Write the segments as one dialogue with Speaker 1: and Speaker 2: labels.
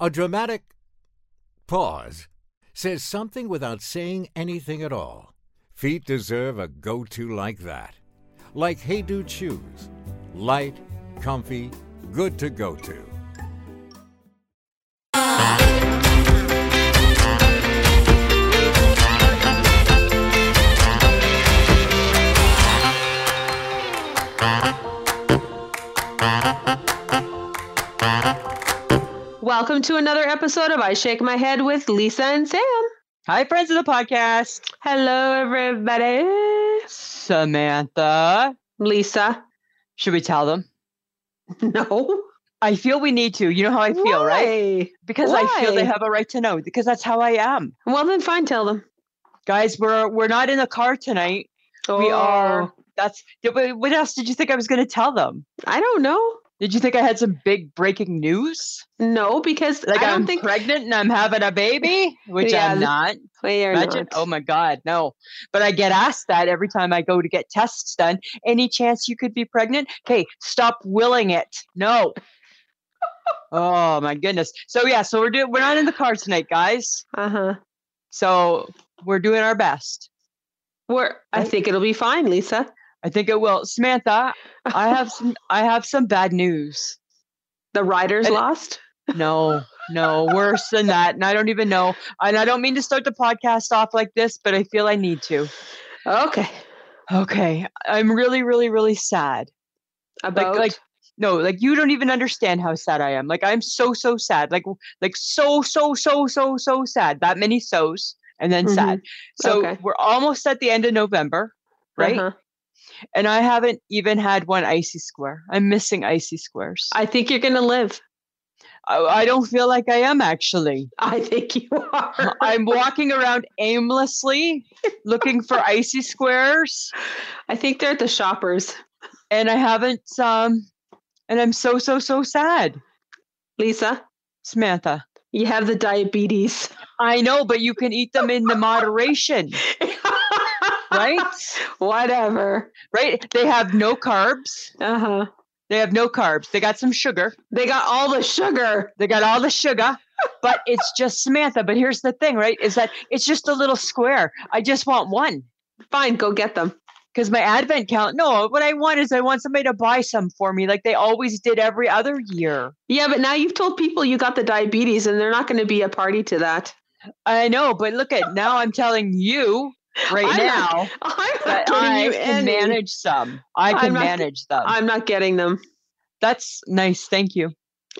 Speaker 1: A dramatic pause says something without saying anything at all. Feet deserve a go to like that. Like Hey Dude shoes. Light, comfy, good to go to.
Speaker 2: Welcome to another episode of I Shake My Head with Lisa and Sam.
Speaker 3: Hi, friends of the podcast.
Speaker 2: Hello, everybody.
Speaker 3: Samantha,
Speaker 2: Lisa.
Speaker 3: should we tell them?
Speaker 2: No.
Speaker 3: I feel we need to. You know how I feel, right?
Speaker 2: Why?
Speaker 3: Because I feel
Speaker 2: Why?
Speaker 3: they have a right to know. Because that's how I am,
Speaker 2: Well, then fine, tell them.
Speaker 3: guys. We're we're not in the car tonight. We
Speaker 2: Oh,
Speaker 3: are. That's. yeah, but What else did you think I was going to tell them?
Speaker 2: I don't know.
Speaker 3: Did you think I had some big breaking news?
Speaker 2: No, because
Speaker 3: Like
Speaker 2: I
Speaker 3: I
Speaker 2: don't
Speaker 3: am
Speaker 2: think
Speaker 3: pregnant and I'm having a baby, which
Speaker 2: Yeah,
Speaker 3: I'm
Speaker 2: th-
Speaker 3: not.
Speaker 2: they are
Speaker 3: Imagine,
Speaker 2: not.
Speaker 3: oh my God, no. But I get asked that every time I go to get tests done. Any chance you could be pregnant? Okay, stop willing it. No. oh my goodness. So yeah, so we're doing we're not in the car tonight, guys.
Speaker 2: Uh huh.
Speaker 3: So we're doing our best.
Speaker 2: We're. I
Speaker 3: Right?
Speaker 2: think it'll be fine, Lisa.
Speaker 3: I think it will. Samantha, I have some I have some bad news.
Speaker 2: The riders
Speaker 3: And-
Speaker 2: lost.
Speaker 3: No, no, worse than that. And I don't even know. And I don't mean to start the podcast off like this, but I feel I need to.
Speaker 2: Okay.
Speaker 3: Okay. I'm really, really, really sad.
Speaker 2: About
Speaker 3: like no like you don't even understand how sad i am like i'm so so sad like w- like so so so so so sad that many so's and then
Speaker 2: Mhm.
Speaker 3: sad so
Speaker 2: Okay.
Speaker 3: we're almost at the end of november right
Speaker 2: Uh-huh.
Speaker 3: and i haven't even had one icy square i'm missing icy squares I,
Speaker 2: I think you're gonna live.
Speaker 3: I, I don't feel like i am actually
Speaker 2: I think you are.
Speaker 3: i'm walking around aimlessly looking for icy squares
Speaker 2: I think they're at the shoppers.
Speaker 3: and i haven't um and i'm so so so sad
Speaker 2: Lisa,
Speaker 3: samantha
Speaker 2: you have the diabetes.
Speaker 3: I know, but you can eat them in the moderation, right?
Speaker 2: Whatever.
Speaker 3: right? They have no carbs.
Speaker 2: Uh huh.
Speaker 3: They have no carbs. They got some sugar.
Speaker 2: They got all the sugar.
Speaker 3: They got all the sugar, but it's just Samantha. But here's the thing, right? Is that it's just a little square. I just want one
Speaker 2: Fine, go get them.
Speaker 3: because my advent count. No, what I want is I want somebody to buy some for me, like they always did every other year.
Speaker 2: Yeah, but now you've told people you got the diabetes and they're not going to be a party to that.
Speaker 3: I know, but look at now. I'm telling you right
Speaker 2: I'm not
Speaker 3: now
Speaker 2: I'm not
Speaker 3: that
Speaker 2: getting
Speaker 3: I
Speaker 2: you
Speaker 3: can
Speaker 2: any.
Speaker 3: manage some. I
Speaker 2: I'm
Speaker 3: can
Speaker 2: not-
Speaker 3: manage them.
Speaker 2: I'm not getting them.
Speaker 3: That's nice. Thank you.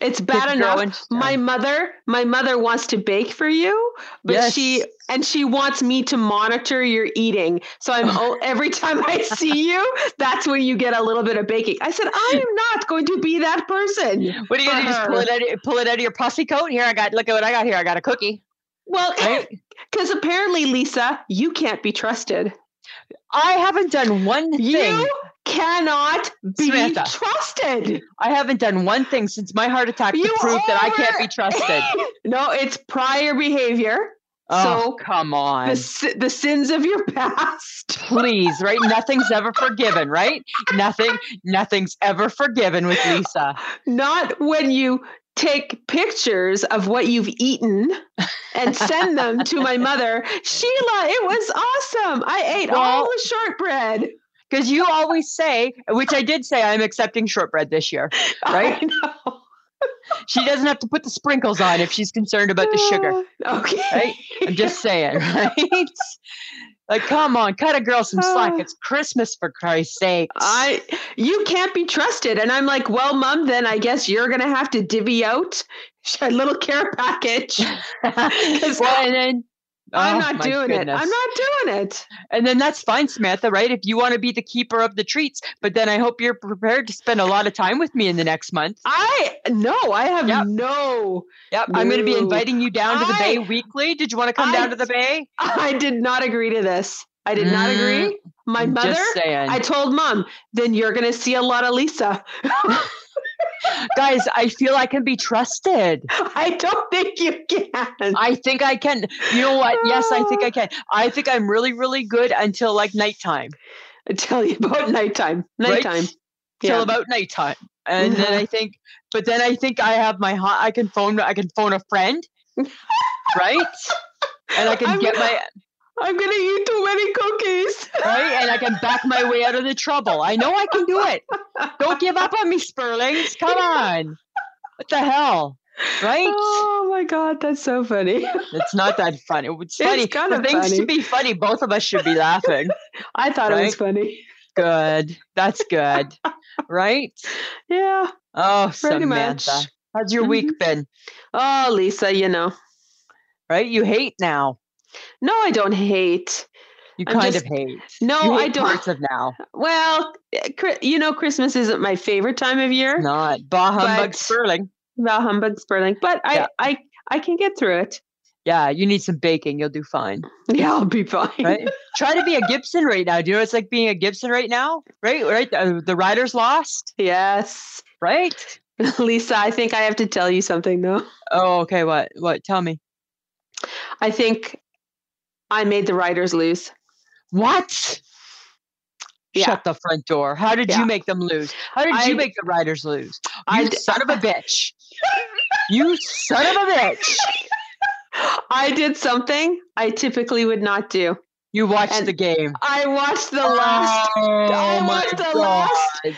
Speaker 2: It's bad enough. My
Speaker 3: My
Speaker 2: mother, my mother wants to bake for you, but she
Speaker 3: Yes.
Speaker 2: and she wants me to monitor your eating. So I'm oh, every time I see you, that's when you get a little bit of baking. I said, I am not going to be that person.
Speaker 3: what are you gonna do?
Speaker 2: for
Speaker 3: Just pull it out of, pull it out of your pussy coat? Here I got look at what I got here. I got a cookie.
Speaker 2: Well,
Speaker 3: Right?
Speaker 2: because apparently, Lisa, you can't be trusted.
Speaker 3: I haven't done one thing.
Speaker 2: You cannot be
Speaker 3: Samantha.
Speaker 2: trusted.
Speaker 3: I haven't done one thing since my heart attack to
Speaker 2: You
Speaker 3: prove that I can't
Speaker 2: are-
Speaker 3: be trusted.
Speaker 2: no, it's prior behavior.
Speaker 3: oh,
Speaker 2: so
Speaker 3: come on.
Speaker 2: The, si- the sins of your past.
Speaker 3: Please, right? Nothing's ever forgiven, right? Nothing, nothing's ever forgiven with Lisa.
Speaker 2: Not when you take pictures of what you've eaten and send them to my mother. Sheila, it was awesome. I ate all
Speaker 3: Well-
Speaker 2: the shortbread.
Speaker 3: Because you always say, which I did say, I'm accepting shortbread this year. Right?
Speaker 2: I know.
Speaker 3: She doesn't have to put the sprinkles on if she's concerned about the sugar.
Speaker 2: Okay.
Speaker 3: Right? I'm just saying, right? like, come on, cut a girl some slack.
Speaker 2: Ah.
Speaker 3: It's Christmas for Christ's sake.
Speaker 2: I you can't be trusted. And I'm like, well, mom, then I guess you're gonna have to divvy out a little care package.
Speaker 3: well, and then
Speaker 2: I'm
Speaker 3: Oh,
Speaker 2: not
Speaker 3: my
Speaker 2: doing it. I'm
Speaker 3: goodness.
Speaker 2: not doing it.
Speaker 3: And then that's fine, Samantha, right? If you want to be the keeper of the treats, but then I hope you're prepared to spend a lot of time with me in the next month.
Speaker 2: I no, I have
Speaker 3: Yep.
Speaker 2: no.
Speaker 3: Yep. I'm going to be
Speaker 2: No.
Speaker 3: inviting you down to the bay
Speaker 2: I-
Speaker 3: weekly. Did you want to come
Speaker 2: I-
Speaker 3: down to the bay?
Speaker 2: I did not agree to this. I did not agree. My
Speaker 3: Mm, I'm
Speaker 2: mother.
Speaker 3: Just saying.
Speaker 2: I told mom, then you're gonna see a lot of Lisa.
Speaker 3: Guys, I feel I can be trusted.
Speaker 2: I don't think you can.
Speaker 3: I think I can. You know what? Yes, I think
Speaker 2: Ah.
Speaker 3: I can. I think I'm really, really good until like nighttime.
Speaker 2: I tell you about nighttime.
Speaker 3: Right?
Speaker 2: Nighttime.
Speaker 3: Till
Speaker 2: Yeah.
Speaker 3: about nighttime. and then
Speaker 2: Mhm.
Speaker 3: I think, but then I think I have my hot. I can phone. I can phone a friend, right? And I can
Speaker 2: I'm
Speaker 3: get
Speaker 2: gonna-
Speaker 3: my
Speaker 2: I'm gonna eat too many cookies.
Speaker 3: right, and I can back my way out of the trouble. I know I can do it. Don't give up on me, Spurlings. Come on. What the hell, right?
Speaker 2: Oh my god, that's so funny.
Speaker 3: It's not that funny. It's
Speaker 2: It's
Speaker 3: funny.
Speaker 2: kind
Speaker 3: For
Speaker 2: of
Speaker 3: things
Speaker 2: funny.
Speaker 3: to be funny, both of us should be laughing.
Speaker 2: I thought it was
Speaker 3: Right?
Speaker 2: funny.
Speaker 3: good. That's good, right?
Speaker 2: Yeah,
Speaker 3: Oh,
Speaker 2: pretty
Speaker 3: Samantha,
Speaker 2: much.
Speaker 3: how's your week been?
Speaker 2: Oh, Lisa, you know.
Speaker 3: Right? You hate now.
Speaker 2: No, I don't hate.
Speaker 3: You
Speaker 2: I'm
Speaker 3: kind
Speaker 2: just-
Speaker 3: of hate.
Speaker 2: No,
Speaker 3: You hate
Speaker 2: I don't.
Speaker 3: Parts of now,
Speaker 2: Well, eh, Chri- you know, Christmas isn't my favorite time of year.
Speaker 3: not bah humbug
Speaker 2: But-
Speaker 3: Sperling.
Speaker 2: Val Humbug Sperling, but I,
Speaker 3: Yeah.
Speaker 2: I, I can get through it.
Speaker 3: Yeah, you need some baking. You'll do fine.
Speaker 2: Yeah, I'll be fine.
Speaker 3: Right? Try to be a Gibson right now. Do you know what it's like being a Gibson right now? Right? Right? Uh, The, the rider's lost.
Speaker 2: Yes,
Speaker 3: Right?
Speaker 2: Lisa, I think I have to tell you something though.
Speaker 3: Oh, okay. What? What? Tell me.
Speaker 2: I think I made the writers lose.
Speaker 3: What?
Speaker 2: Yeah.
Speaker 3: Shut the front door. How did
Speaker 2: Yeah.
Speaker 3: you make them lose? How did
Speaker 2: I-
Speaker 3: you make the riders lose? You
Speaker 2: I d-
Speaker 3: son of a bitch. you son of a bitch.
Speaker 2: I did something I typically would not do.
Speaker 3: You watched
Speaker 2: And
Speaker 3: the game.
Speaker 2: I watched the last I
Speaker 3: Oh, my
Speaker 2: watched the
Speaker 3: God.
Speaker 2: last-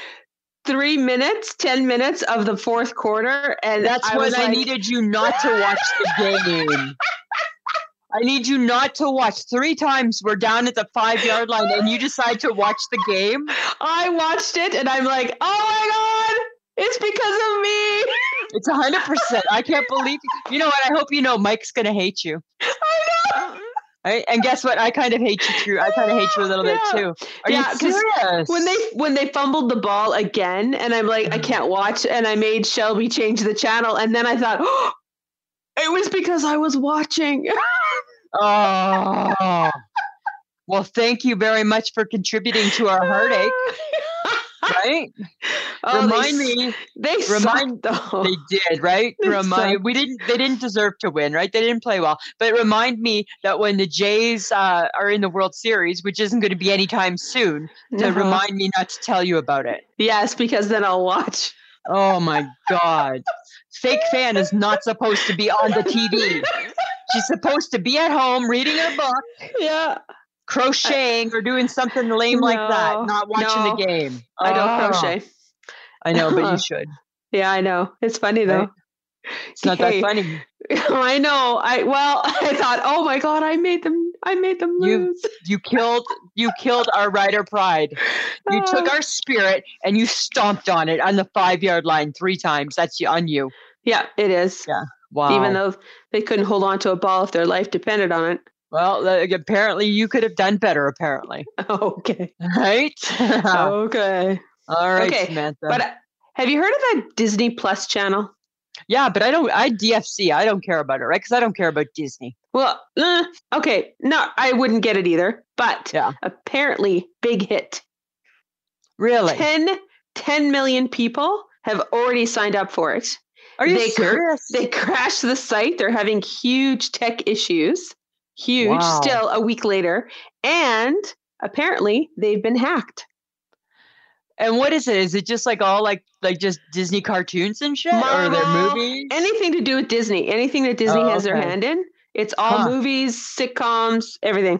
Speaker 2: three minutes, ten minutes of the fourth quarter, and
Speaker 3: That's
Speaker 2: I
Speaker 3: when
Speaker 2: was
Speaker 3: I
Speaker 2: like,
Speaker 3: needed you not to watch the game. I need you not to watch. Three times we're down at the five yard line and you decide to watch the game.
Speaker 2: I watched it, and I'm like, oh my god, it's because of me.
Speaker 3: It's 100%. I can't believe you. You know what? I hope you know Mike's going to hate you.
Speaker 2: I know.
Speaker 3: Right? And guess what? I kind of hate you too. I kind of hate you a little
Speaker 2: Yeah.
Speaker 3: bit too. Are
Speaker 2: Yeah,
Speaker 3: you
Speaker 2: 'cause
Speaker 3: serious?
Speaker 2: when they when they fumbled the ball again and i'm like i
Speaker 3: Mm-hmm.
Speaker 2: can't watch and i made shelby change the channel and then i thought oh, it was because i was watching
Speaker 3: Oh. Well, thank you very much for contributing to our heartache, right?
Speaker 2: oh,
Speaker 3: remind
Speaker 2: they,
Speaker 3: me
Speaker 2: they
Speaker 3: remind-
Speaker 2: remind though
Speaker 3: they did, right?
Speaker 2: They
Speaker 3: Remind
Speaker 2: sucked.
Speaker 3: we didn't they didn't deserve to win, right? They didn't play well. But remind me that when the Jays uh, are in the World Series, which isn't going to be anytime soon, to
Speaker 2: Uh-huh.
Speaker 3: remind me not to tell you about it.
Speaker 2: yes because then i'll watch
Speaker 3: Oh my god. Fake fan is not supposed to be on the TV. She's supposed to be at home reading her book.
Speaker 2: yeah
Speaker 3: crocheting or doing something lame like
Speaker 2: No,
Speaker 3: that, not watching
Speaker 2: no,
Speaker 3: the game.
Speaker 2: i don't
Speaker 3: Oh,
Speaker 2: crochet
Speaker 3: I know, but you should.
Speaker 2: yeah i know it's funny though
Speaker 3: It's not
Speaker 2: Hey,
Speaker 3: that funny.
Speaker 2: i know i well i thought oh my god i made them i made them
Speaker 3: You-
Speaker 2: lose
Speaker 3: You killed you killed our rider pride. You took
Speaker 2: Oh.
Speaker 3: our spirit and you stomped on it on the five yard line three times. That's y- on you.
Speaker 2: yeah it is
Speaker 3: Wow.
Speaker 2: even though they couldn't hold on to a ball if their life depended on it
Speaker 3: well, like, apparently you could have done better. Apparently,
Speaker 2: okay
Speaker 3: right?
Speaker 2: okay
Speaker 3: All right,
Speaker 2: okay,
Speaker 3: Samantha.
Speaker 2: But uh, have you heard of that Disney Plus channel?
Speaker 3: yeah, but I don't. I DFC. I don't care about it, right? Because I don't care about Disney.
Speaker 2: Well, uh, okay, no, I wouldn't get it either. But
Speaker 3: Yeah.
Speaker 2: apparently, big hit.
Speaker 3: Really?
Speaker 2: 10, 10 million people have already signed up for it.
Speaker 3: Are you
Speaker 2: they cr-
Speaker 3: serious?
Speaker 2: They crashed the site. They're having huge tech issues. Huge,
Speaker 3: Wow.
Speaker 2: still a week later. And apparently, they've been hacked.
Speaker 3: And what is it? Is it just like all like like just Disney cartoons and shit, or
Speaker 2: Marvel,
Speaker 3: their movies?
Speaker 2: Anything to do with Disney, anything that Disney
Speaker 3: Oh,
Speaker 2: has their
Speaker 3: okay.
Speaker 2: hand in, it's all
Speaker 3: Huh.
Speaker 2: movies, sitcoms, everything.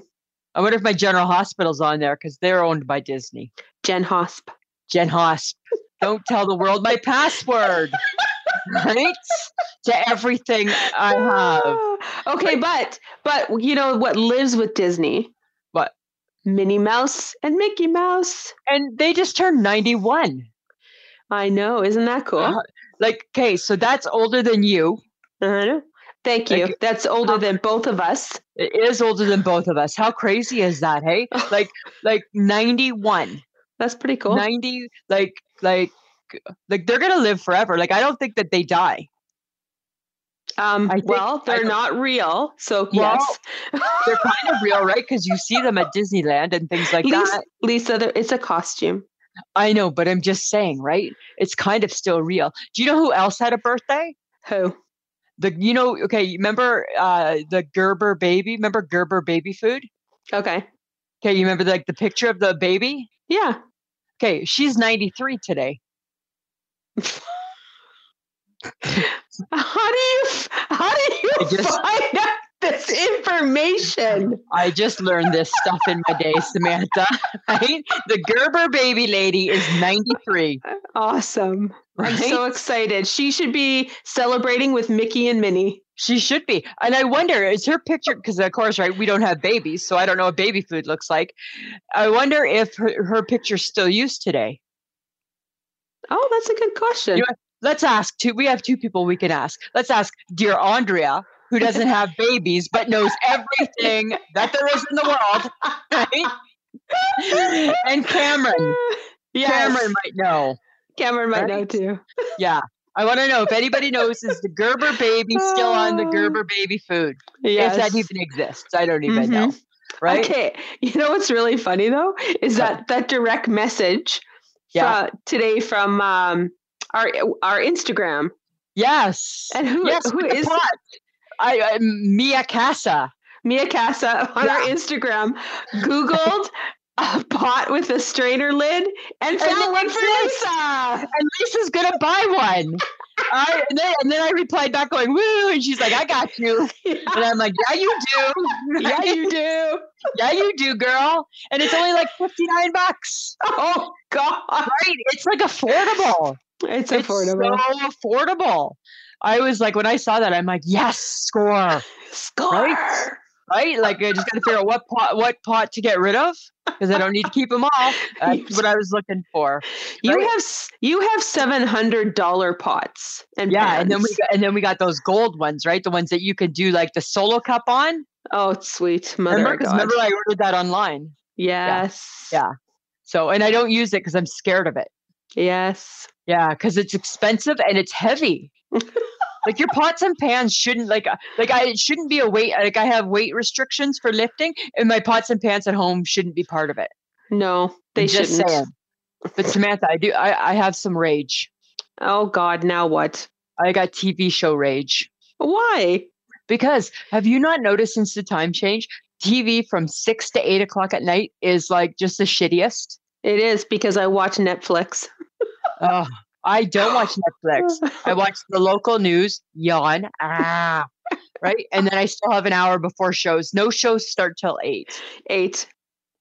Speaker 3: I wonder if my General Hospital's on there because they're owned by Disney.
Speaker 2: Jen Hosp.
Speaker 3: Gen Hosp. Don't tell the world my password. right to everything I have.
Speaker 2: Ah, Okay, but but you know what lives with Disney?
Speaker 3: What?
Speaker 2: Minnie Mouse and Mickey Mouse.
Speaker 3: And they just turned ninety-one.
Speaker 2: I know, isn't that cool?
Speaker 3: Uh, Like, okay, so that's older than you.
Speaker 2: I know. Thank
Speaker 3: Thank
Speaker 2: you.
Speaker 3: you. Uh-huh.
Speaker 2: That's older than both of us.
Speaker 3: It is older than both of us. How crazy is that? Hey, like, like ninety-one.
Speaker 2: That's pretty cool.
Speaker 3: 90 like like like they're gonna live forever like i don't think that they die
Speaker 2: um,
Speaker 3: I think-
Speaker 2: well,
Speaker 3: I
Speaker 2: they're
Speaker 3: don't-
Speaker 2: not real, so
Speaker 3: Well,
Speaker 2: yes.
Speaker 3: they're kind of real right because you see them at disneyland and things like
Speaker 2: Lisa,
Speaker 3: that
Speaker 2: Lisa there- it's a costume.
Speaker 3: i know but i'm just saying right it's kind of still real do you know who else had a birthday
Speaker 2: Who?
Speaker 3: the you know okay you remember uh the gerber baby remember gerber baby food
Speaker 2: Okay.
Speaker 3: okay you remember like the picture of the baby
Speaker 2: Yeah.
Speaker 3: okay she's 93 today
Speaker 2: How do you f- how do you
Speaker 3: just-
Speaker 2: find out this information?
Speaker 3: I just learned this stuff in my day, Samantha. Right? The Gerber baby lady is 93.
Speaker 2: Awesome.
Speaker 3: Right?
Speaker 2: I'm so excited. She should be celebrating with Mickey and Minnie.
Speaker 3: she should be. And I wonder, is her picture, because of course, right, we don't have babies, so I don't know what baby food looks like. I wonder if her, her picture's still used today.
Speaker 2: Oh, that's a good question.
Speaker 3: You Let's ask two. We have two people we can ask. Let's ask dear Andrea, who doesn't have babies but knows everything that there is in the world. Right? and Cameron.
Speaker 2: Yes.
Speaker 3: Cameron might know.
Speaker 2: Cameron might know
Speaker 3: Right.
Speaker 2: too.
Speaker 3: Yeah. I want to know if anybody knows is the Gerber baby still on the Gerber baby food?
Speaker 2: Oh. Yes. Mm-hmm.
Speaker 3: If that even exists. I don't even know. Right?
Speaker 2: Okay. You know what's really funny though is
Speaker 3: What?
Speaker 2: that that direct message
Speaker 3: Yeah.
Speaker 2: fro- today from um, our our Instagram
Speaker 3: Yes.
Speaker 2: and who
Speaker 3: yes.
Speaker 2: who
Speaker 3: with the
Speaker 2: is
Speaker 3: plot. I, I Mia Casa.
Speaker 2: Mia Casa on our Instagram googled a pot with a strainer lid and
Speaker 3: And
Speaker 2: found
Speaker 3: it
Speaker 2: one for
Speaker 3: exists.
Speaker 2: Lisa.
Speaker 3: And Lisa's gonna buy one. I and then, and then I replied back going, woo, and she's like, I got you. And I'm like, Yeah, you do.
Speaker 2: Yeah, you do.
Speaker 3: yeah, you do, girl. And it's only like 59 bucks.
Speaker 2: Oh God,
Speaker 3: Right. It's like affordable.
Speaker 2: it's, affordable.
Speaker 3: so affordable. I was like, when I saw that, I'm like, yes, score,
Speaker 2: Score.
Speaker 3: right? Like, I just got to figure out what pot, what pot to get rid of because I don't need to keep them all. That's what I was looking for.
Speaker 2: You
Speaker 3: Right.
Speaker 2: have s- you have seven hundred dollar pots and
Speaker 3: Yeah, and then we
Speaker 2: pans.
Speaker 3: got, and then we got those gold ones, right? The ones that you could do like the solo cup on.
Speaker 2: oh sweet mother
Speaker 3: Remember,
Speaker 2: of
Speaker 3: 'Cause
Speaker 2: God.
Speaker 3: remember I ordered that online.
Speaker 2: yes
Speaker 3: yeah. So, and I don't use it because I'm scared of it.
Speaker 2: yes
Speaker 3: Yeah, because it's expensive and it's heavy. like your pots and pans shouldn't like uh, like I it shouldn't be a weight like I have weight restrictions for lifting, and my pots and pans at home shouldn't be part of it.
Speaker 2: no they
Speaker 3: I'm just
Speaker 2: shouldn't
Speaker 3: saying. But Samantha, I do I, I have some rage.
Speaker 2: oh God now what
Speaker 3: I got TV show rage.
Speaker 2: why
Speaker 3: Because have you not noticed since the time change? TV from six to eight o'clock at night is like just the shittiest.
Speaker 2: it is because I watch Netflix
Speaker 3: Oh, I don't watch Netflix. I watch the local news, yawn, ah, right? And then I still have an hour before shows. No shows start till eight.
Speaker 2: eight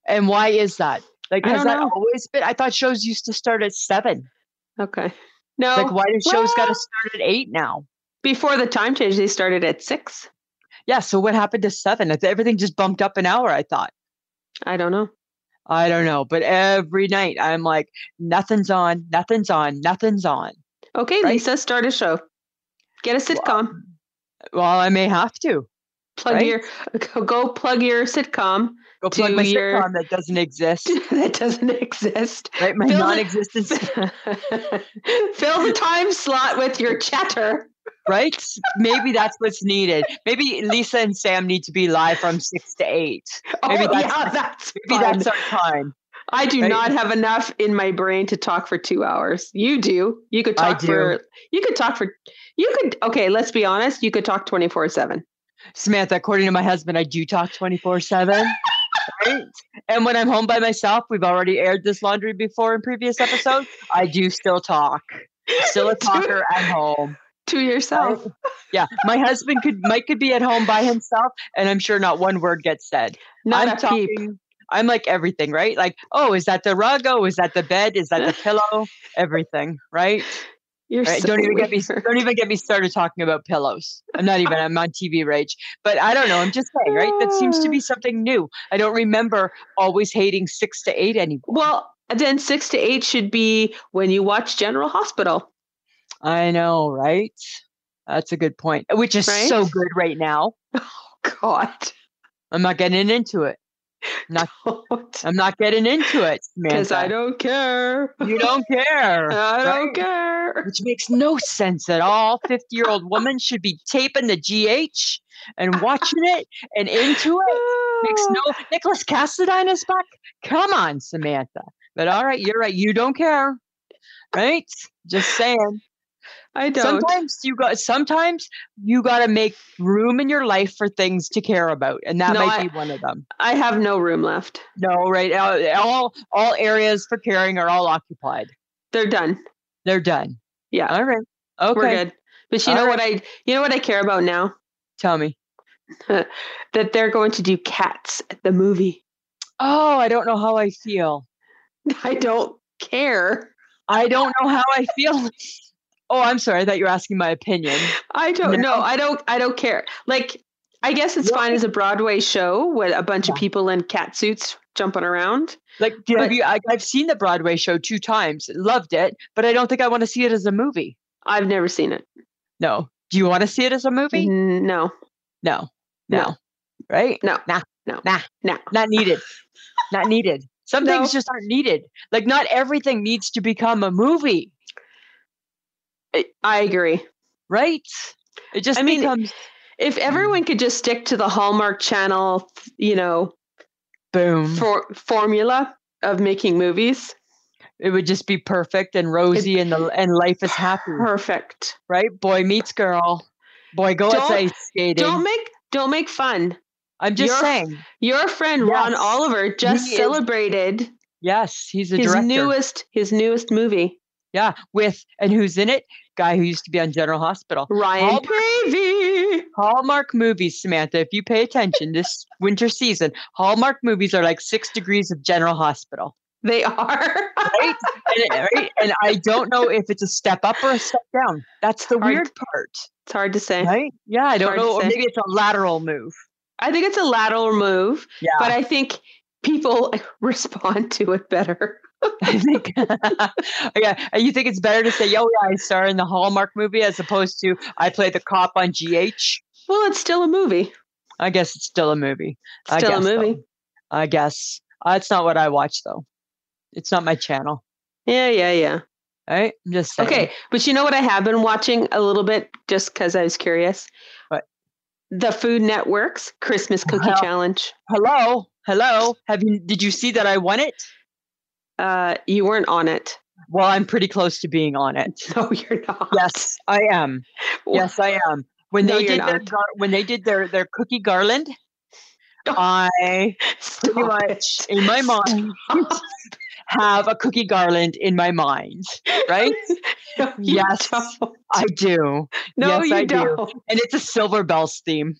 Speaker 3: And why is that? Like,
Speaker 2: I
Speaker 3: has
Speaker 2: don't
Speaker 3: that
Speaker 2: know.
Speaker 3: always been? I thought shows used to start at seven.
Speaker 2: okay no
Speaker 3: Like, why do shows got to
Speaker 2: well-
Speaker 3: start at eight now?
Speaker 2: before the time change they started at six
Speaker 3: Yeah. So what happened to seven? I th- Everything just bumped up an hour. I thought.
Speaker 2: I don't know
Speaker 3: I don't know, but every night I'm like, nothing's on, nothing's on, nothing's on.
Speaker 2: okay
Speaker 3: Right.
Speaker 2: Lisa start a show get a sitcom
Speaker 3: Well, I may have to
Speaker 2: plug
Speaker 3: right?
Speaker 2: your go plug your sitcom
Speaker 3: go plug
Speaker 2: Do
Speaker 3: my
Speaker 2: your-
Speaker 3: sitcom that doesn't exist,
Speaker 2: that doesn't exist
Speaker 3: right? My
Speaker 2: Fill the-
Speaker 3: non-existent
Speaker 2: Fill the time slot with your chatter.
Speaker 3: right? Maybe that's what's needed. Maybe Lisa and Sam need to be live from six to eight. Maybe
Speaker 2: oh,
Speaker 3: that's-
Speaker 2: yeah, that's
Speaker 3: Maybe
Speaker 2: fun.
Speaker 3: that's our time.
Speaker 2: I do
Speaker 3: right?
Speaker 2: not have enough in my brain to talk for two hours. You do. You could
Speaker 3: I
Speaker 2: talk
Speaker 3: do.
Speaker 2: for. You could talk for. You could. Okay, let's be honest. You could talk twenty four seven.
Speaker 3: Samantha, according to my husband, I do talk 24 7. Right? And when I'm home by myself, we've already aired this laundry before in previous episodes. I do still talk. Still a talker at home.
Speaker 2: to yourself.
Speaker 3: Yeah. My husband could Mike could be at home by himself and I'm sure not one word gets said.
Speaker 2: Not
Speaker 3: I'm
Speaker 2: a
Speaker 3: talking.
Speaker 2: peep.
Speaker 3: I'm like everything, right? Like, oh, is that the rug? Oh, is that the bed? Is that the pillow? Everything, right?
Speaker 2: You're
Speaker 3: Right,
Speaker 2: so
Speaker 3: don't even get me
Speaker 2: weird.
Speaker 3: don't even get me started talking about pillows. I'm not even I'm on TV rage, but I don't know. I'm just saying, right? That seems to be something new. I don't remember always hating six to eight anymore.
Speaker 2: Well, then six to eight should be when you watch General Hospital.
Speaker 3: I know, right? That's a good point, which is so
Speaker 2: Right?
Speaker 3: good right now.
Speaker 2: God,
Speaker 3: I'm not getting into it. I'm not getting into it,
Speaker 2: because
Speaker 3: Samantha.
Speaker 2: I don't Uh, care.
Speaker 3: you don't care.
Speaker 2: I
Speaker 3: right?
Speaker 2: don't care.
Speaker 3: which makes no sense at all. 50 year old woman should be taping the GH and watching it and into it. Makes
Speaker 2: Oh.
Speaker 3: no Nicholas Cassadine is back. Come on, Samantha. But all right, you're right. You don't care. Right? Just saying.
Speaker 2: I don't.
Speaker 3: Sometimes you got sometimes you gotta make room in your life for things to care about. And that
Speaker 2: No,
Speaker 3: might
Speaker 2: I-
Speaker 3: be one of them.
Speaker 2: I have no room left.
Speaker 3: No, right? All all- all areas for caring are all occupied.
Speaker 2: They're done.
Speaker 3: They're done.
Speaker 2: Yeah,
Speaker 3: All right. Okay.
Speaker 2: we're good. But you
Speaker 3: All
Speaker 2: know what I you know what I care about now?
Speaker 3: Tell me.
Speaker 2: That they're going to do cats at the movie.
Speaker 3: Oh, I don't know how I feel.
Speaker 2: I don't care.
Speaker 3: I don't know how I feel. Oh, I'm sorry. I thought you were asking my opinion.
Speaker 2: I don't know.
Speaker 3: No.
Speaker 2: I don't I don't care. Like I guess it's
Speaker 3: No.
Speaker 2: fine as a Broadway show with a bunch of
Speaker 3: Yeah.
Speaker 2: people in cat suits jumping around.
Speaker 3: Like, did
Speaker 2: But-
Speaker 3: have you, I, I've seen the Broadway show two times, loved it, but I don't think I want to see it as a movie.
Speaker 2: I've never seen it.
Speaker 3: No. Do you want to see it as a movie?
Speaker 2: N- No.
Speaker 3: No.
Speaker 2: Mm-hmm. No.
Speaker 3: No. Right?
Speaker 2: No.
Speaker 3: Nah.
Speaker 2: No.
Speaker 3: Nah.
Speaker 2: No.
Speaker 3: Not needed. not needed. Some things
Speaker 2: No.
Speaker 3: just aren't needed. Like, not everything needs to become a movie,
Speaker 2: I, I agree.
Speaker 3: right? It just
Speaker 2: I mean,
Speaker 3: becomes
Speaker 2: If
Speaker 3: Mm.
Speaker 2: everyone could just stick to the Hallmark Channel, you know,
Speaker 3: boom.
Speaker 2: for formula of making movies,
Speaker 3: it would just be perfect and rosy and the and life is happy,
Speaker 2: perfect.
Speaker 3: right? Boy meets girl. Boy goes
Speaker 2: Don't-
Speaker 3: ice skating.
Speaker 2: Don't make don't make fun.
Speaker 3: I'm just
Speaker 2: your-
Speaker 3: saying.
Speaker 2: Your friend Ron
Speaker 3: Yes.
Speaker 2: Oliver just
Speaker 3: He is
Speaker 2: celebrated
Speaker 3: Yes, he's a
Speaker 2: his
Speaker 3: director.
Speaker 2: newest his newest movie,
Speaker 3: yeah, with and who's in it? Guy who used to be on General Hospital.
Speaker 2: Ryan
Speaker 3: Hallmark-
Speaker 2: Gravy.
Speaker 3: Hallmark movies, Samantha, if you pay attention this winter season, Hallmark movies are like six degrees of General Hospital.
Speaker 2: They are.
Speaker 3: Right? And, eh, right? and I don't know if it's a step up or a step down. That's the
Speaker 2: Hard-
Speaker 3: weird part,
Speaker 2: it's hard to say.
Speaker 3: right? Yeah, I don't
Speaker 2: hard to
Speaker 3: know. Or
Speaker 2: say.
Speaker 3: maybe it's a lateral move.
Speaker 2: I think it's a lateral move,
Speaker 3: Yeah.
Speaker 2: but I think people respond to it better.
Speaker 3: I think, yeah, and you think it's better to say, "Yo, yeah, I star in the Hallmark movie," as opposed to "I play the cop on GH."
Speaker 2: Well, it's still a movie.
Speaker 3: I guess it's still a movie.
Speaker 2: It's
Speaker 3: I
Speaker 2: still a
Speaker 3: guess so.
Speaker 2: movie.
Speaker 3: I guess uh, it's not what I watch though. It's not my channel.
Speaker 2: Yeah, yeah, yeah.
Speaker 3: Right? I'm just saying.
Speaker 2: Okay, but you know what I have been watching a little bit just because I was curious?
Speaker 3: What?
Speaker 2: The Food Network's Christmas Cookie
Speaker 3: Well-
Speaker 2: Challenge.
Speaker 3: Hello, hello. Have you? Did you see that I won it?
Speaker 2: Uh, you weren't on it.
Speaker 3: Well, I'm pretty close to being on it.
Speaker 2: No, you're not.
Speaker 3: Yes, I am. Yes, I am. When
Speaker 2: No,
Speaker 3: they
Speaker 2: you're
Speaker 3: did their
Speaker 2: not.
Speaker 3: gar- when they did their their cookie garland, I
Speaker 2: Stop
Speaker 3: pretty much in my mind have a cookie garland in my mind, right?
Speaker 2: No, you
Speaker 3: Yes.
Speaker 2: don't.
Speaker 3: I do,
Speaker 2: No,
Speaker 3: Yes,
Speaker 2: you
Speaker 3: I do.
Speaker 2: don't.
Speaker 3: and it's a Silver Bells theme.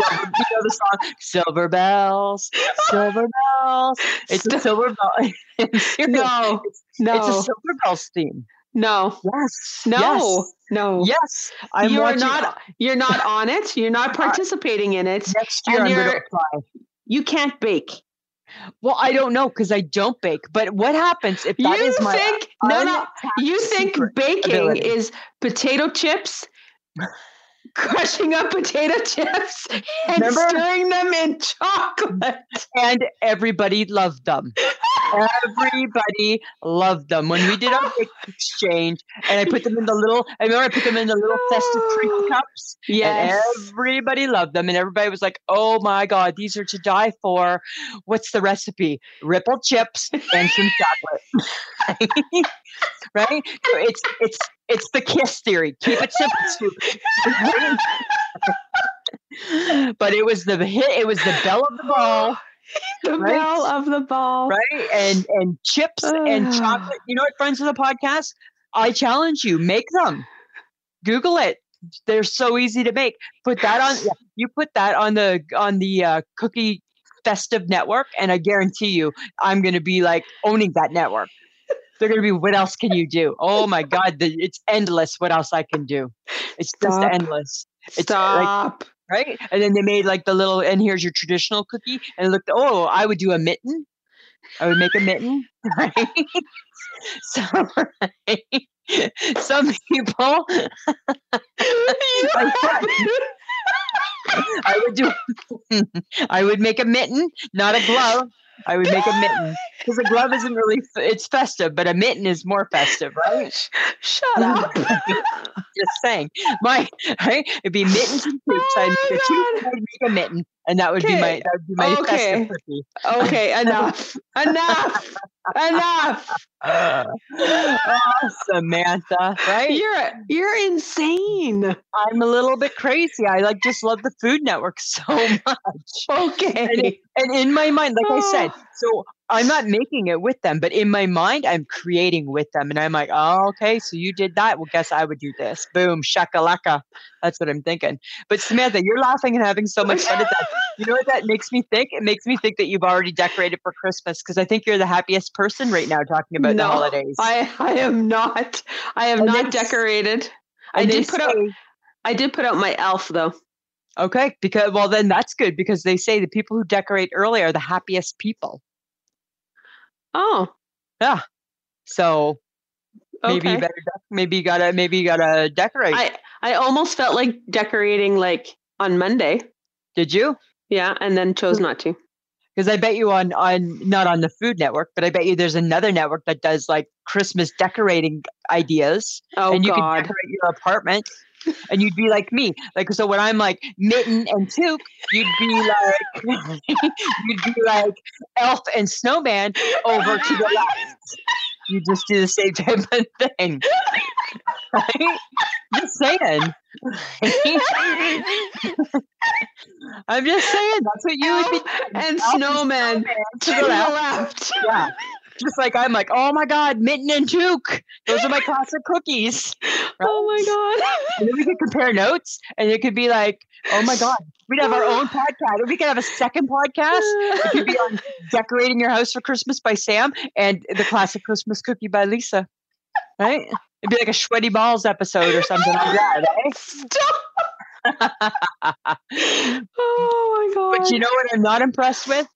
Speaker 3: Silver, you know the song Silver Bells, Silver Bells. It's a
Speaker 2: Stop.
Speaker 3: Silver Bell. I'm serious.
Speaker 2: No, no,
Speaker 3: It's a Silver Bells theme.
Speaker 2: no,
Speaker 3: Yes.
Speaker 2: no, no.
Speaker 3: Yes. yes. I'm
Speaker 2: you are
Speaker 3: watching-
Speaker 2: not. You're not on it. You're not participating in it.
Speaker 3: next year.
Speaker 2: and
Speaker 3: I'm going to
Speaker 2: you're-
Speaker 3: apply.
Speaker 2: You can't bake.
Speaker 3: Well, I don't know because I don't bake. But what happens if that
Speaker 2: you
Speaker 3: is my
Speaker 2: think no, no. You think
Speaker 3: secret
Speaker 2: baking
Speaker 3: ability.
Speaker 2: is potato chips, crushing up potato chips, and
Speaker 3: Remember?
Speaker 2: stirring them in chocolate?
Speaker 3: and everybody loved them. everybody loved them when we did our big exchange, and I put them in the little. I remember I put them in the little festive drink cups, and
Speaker 2: Yes.
Speaker 3: everybody loved them, and everybody was like, "Oh my god, these are to die for!" What's the recipe? Ripple chips and some chocolate, right? So it's it's it's the kiss theory. Keep it simple, stupid. but it was the hit. It was the bell of the ball
Speaker 2: the
Speaker 3: right?
Speaker 2: bell of the ball.
Speaker 3: right? And and chips and chocolate. You know what, friends of the podcast? I challenge you, make them. Google it. They're so easy to make. Put that on. yeah, You put that on the on the uh, cookie festive network, and I guarantee you, I'm going to be like owning that network. They're going to be. What else can you do? Oh my God, the, it's endless. What else I can do? It's
Speaker 2: Stop.
Speaker 3: just endless like-
Speaker 2: Stop.
Speaker 3: right? And then they made like the little, and here's your traditional cookie. And it looked, oh, I would do a mitten. I would make a mitten. Right? so, some people, I would do, I would make a mitten, not a glove. I would make a mitten because a glove isn't really, f- it's festive, but a mitten is more festive, right?
Speaker 2: Shut up.
Speaker 3: Just saying. My, right? It'd be mittens and hoops. I'd
Speaker 2: Oh
Speaker 3: make a
Speaker 2: my
Speaker 3: hoop, I'd make a mitten. And that would be my,
Speaker 2: Okay.
Speaker 3: that would be my
Speaker 2: Okay.
Speaker 3: festive cookie.
Speaker 2: okay, enough. Enough. Enough.
Speaker 3: Uh, oh, Samantha, right?
Speaker 2: You're you're insane.
Speaker 3: I'm a little bit crazy. I like just love the Food Network so much.
Speaker 2: Okay.
Speaker 3: And in my mind, like I said, So I'm not making it with them, but in my mind, I'm creating with them. And I'm like, oh, okay, so you did that. Well, guess I would do this. Boom, shakalaka. That's what I'm thinking. But Samantha, you're laughing and having so much fun at that. You know what that makes me think? It makes me think that you've already decorated for Christmas because I think you're the happiest person right now talking about the
Speaker 2: No,
Speaker 3: holidays.
Speaker 2: I, I am not. I have
Speaker 3: And
Speaker 2: not
Speaker 3: they s-
Speaker 2: decorated. I
Speaker 3: And they
Speaker 2: did put out.
Speaker 3: say-
Speaker 2: I did put out my elf though.
Speaker 3: Okay, because well then that's good because they say the people who decorate early are the happiest people.
Speaker 2: Oh,
Speaker 3: So
Speaker 2: okay.
Speaker 3: maybe you better dec- maybe you gotta maybe you gotta decorate.
Speaker 2: I I almost felt like decorating like on Monday.
Speaker 3: Did you?
Speaker 2: Yeah, and then chose not to.
Speaker 3: Because I bet you on on not on the Food Network, but I bet you there's another network that does like Christmas decorating ideas,
Speaker 2: Oh
Speaker 3: and you can
Speaker 2: God.
Speaker 3: decorate your apartment. And you'd be like me, like so. When I'm like mitten and toque, you'd be like, you'd be like elf and snowman over to the left. You just do the same type of thing. Right? Just saying. I'm just saying that's what you would be
Speaker 2: Elf and
Speaker 3: Elf and
Speaker 2: snowman to the left.
Speaker 3: yeah. Just like I'm like, oh my God, Mitten and Toque. Those are my classic cookies.
Speaker 2: Oh my God.
Speaker 3: And then we could compare notes and it could be like, oh my God, we'd have our own podcast. We could have a second podcast. It could be on Decorating Your House for Christmas by Sam and the classic Christmas cookie by Lisa. Right? It'd be like a sweaty balls episode or something like that.
Speaker 2: Stop.
Speaker 3: eh?
Speaker 2: Oh my God.
Speaker 3: but you know what I'm not impressed with?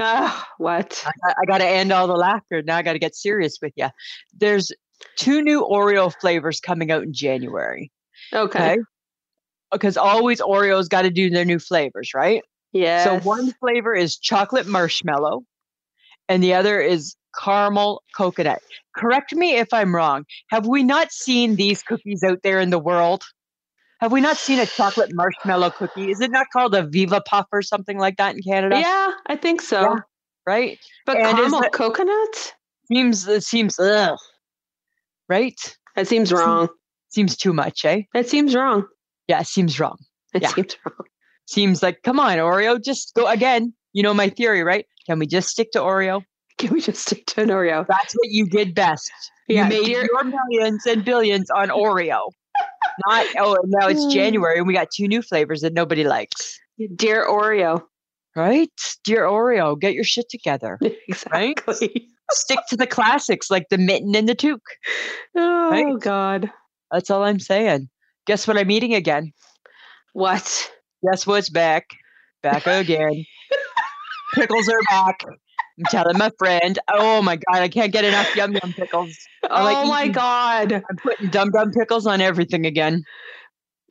Speaker 2: Ah, what?
Speaker 3: I, got- I got to end all the laughter. Now I got to get serious with you. There's two new Oreo flavors coming out in January.
Speaker 2: Okay.
Speaker 3: Okay. Because always Oreos got to do their new flavors, right?
Speaker 2: Yeah.
Speaker 3: So one flavor is chocolate marshmallow, and the other is caramel coconut. Correct me if I'm wrong. Have we not seen these cookies out there in the world? Have we not seen a chocolate marshmallow cookie? Is it not called a Viva Puff or something like that in Canada?
Speaker 2: Yeah, I think so.
Speaker 3: Yeah. Right?
Speaker 2: But
Speaker 3: And is
Speaker 2: caramel
Speaker 3: that-
Speaker 2: coconut?
Speaker 3: Seems it seems ugh. Right?
Speaker 2: That seems
Speaker 3: Seems-
Speaker 2: wrong.
Speaker 3: Seems too much, eh?
Speaker 2: That seems wrong.
Speaker 3: Yeah, it seems wrong.
Speaker 2: It
Speaker 3: Yeah.
Speaker 2: seems wrong.
Speaker 3: Seems like, come on, Oreo, just go again. You know my theory, right? Can we just stick to Oreo?
Speaker 2: Can we just stick to an Oreo?
Speaker 3: That's what you did best.
Speaker 2: Yeah,
Speaker 3: you made
Speaker 2: dear-
Speaker 3: your millions and billions on Oreo. Not oh, and now it's
Speaker 2: Mm.
Speaker 3: January and we got two new flavors that nobody likes.
Speaker 2: Dear Oreo.
Speaker 3: Right? Dear Oreo, get your shit together.
Speaker 2: Exactly.
Speaker 3: Stick to the classics like the mitten and the toque.
Speaker 2: Oh
Speaker 3: Right?
Speaker 2: God.
Speaker 3: That's all I'm saying. Guess what I'm eating again?
Speaker 2: What?
Speaker 3: Guess what's back? Back again. pickles are back. I'm telling my friend. Oh my god, I can't get enough yum yum pickles. I like
Speaker 2: oh my
Speaker 3: eating-
Speaker 2: God.
Speaker 3: I'm putting dum dum pickles on everything again.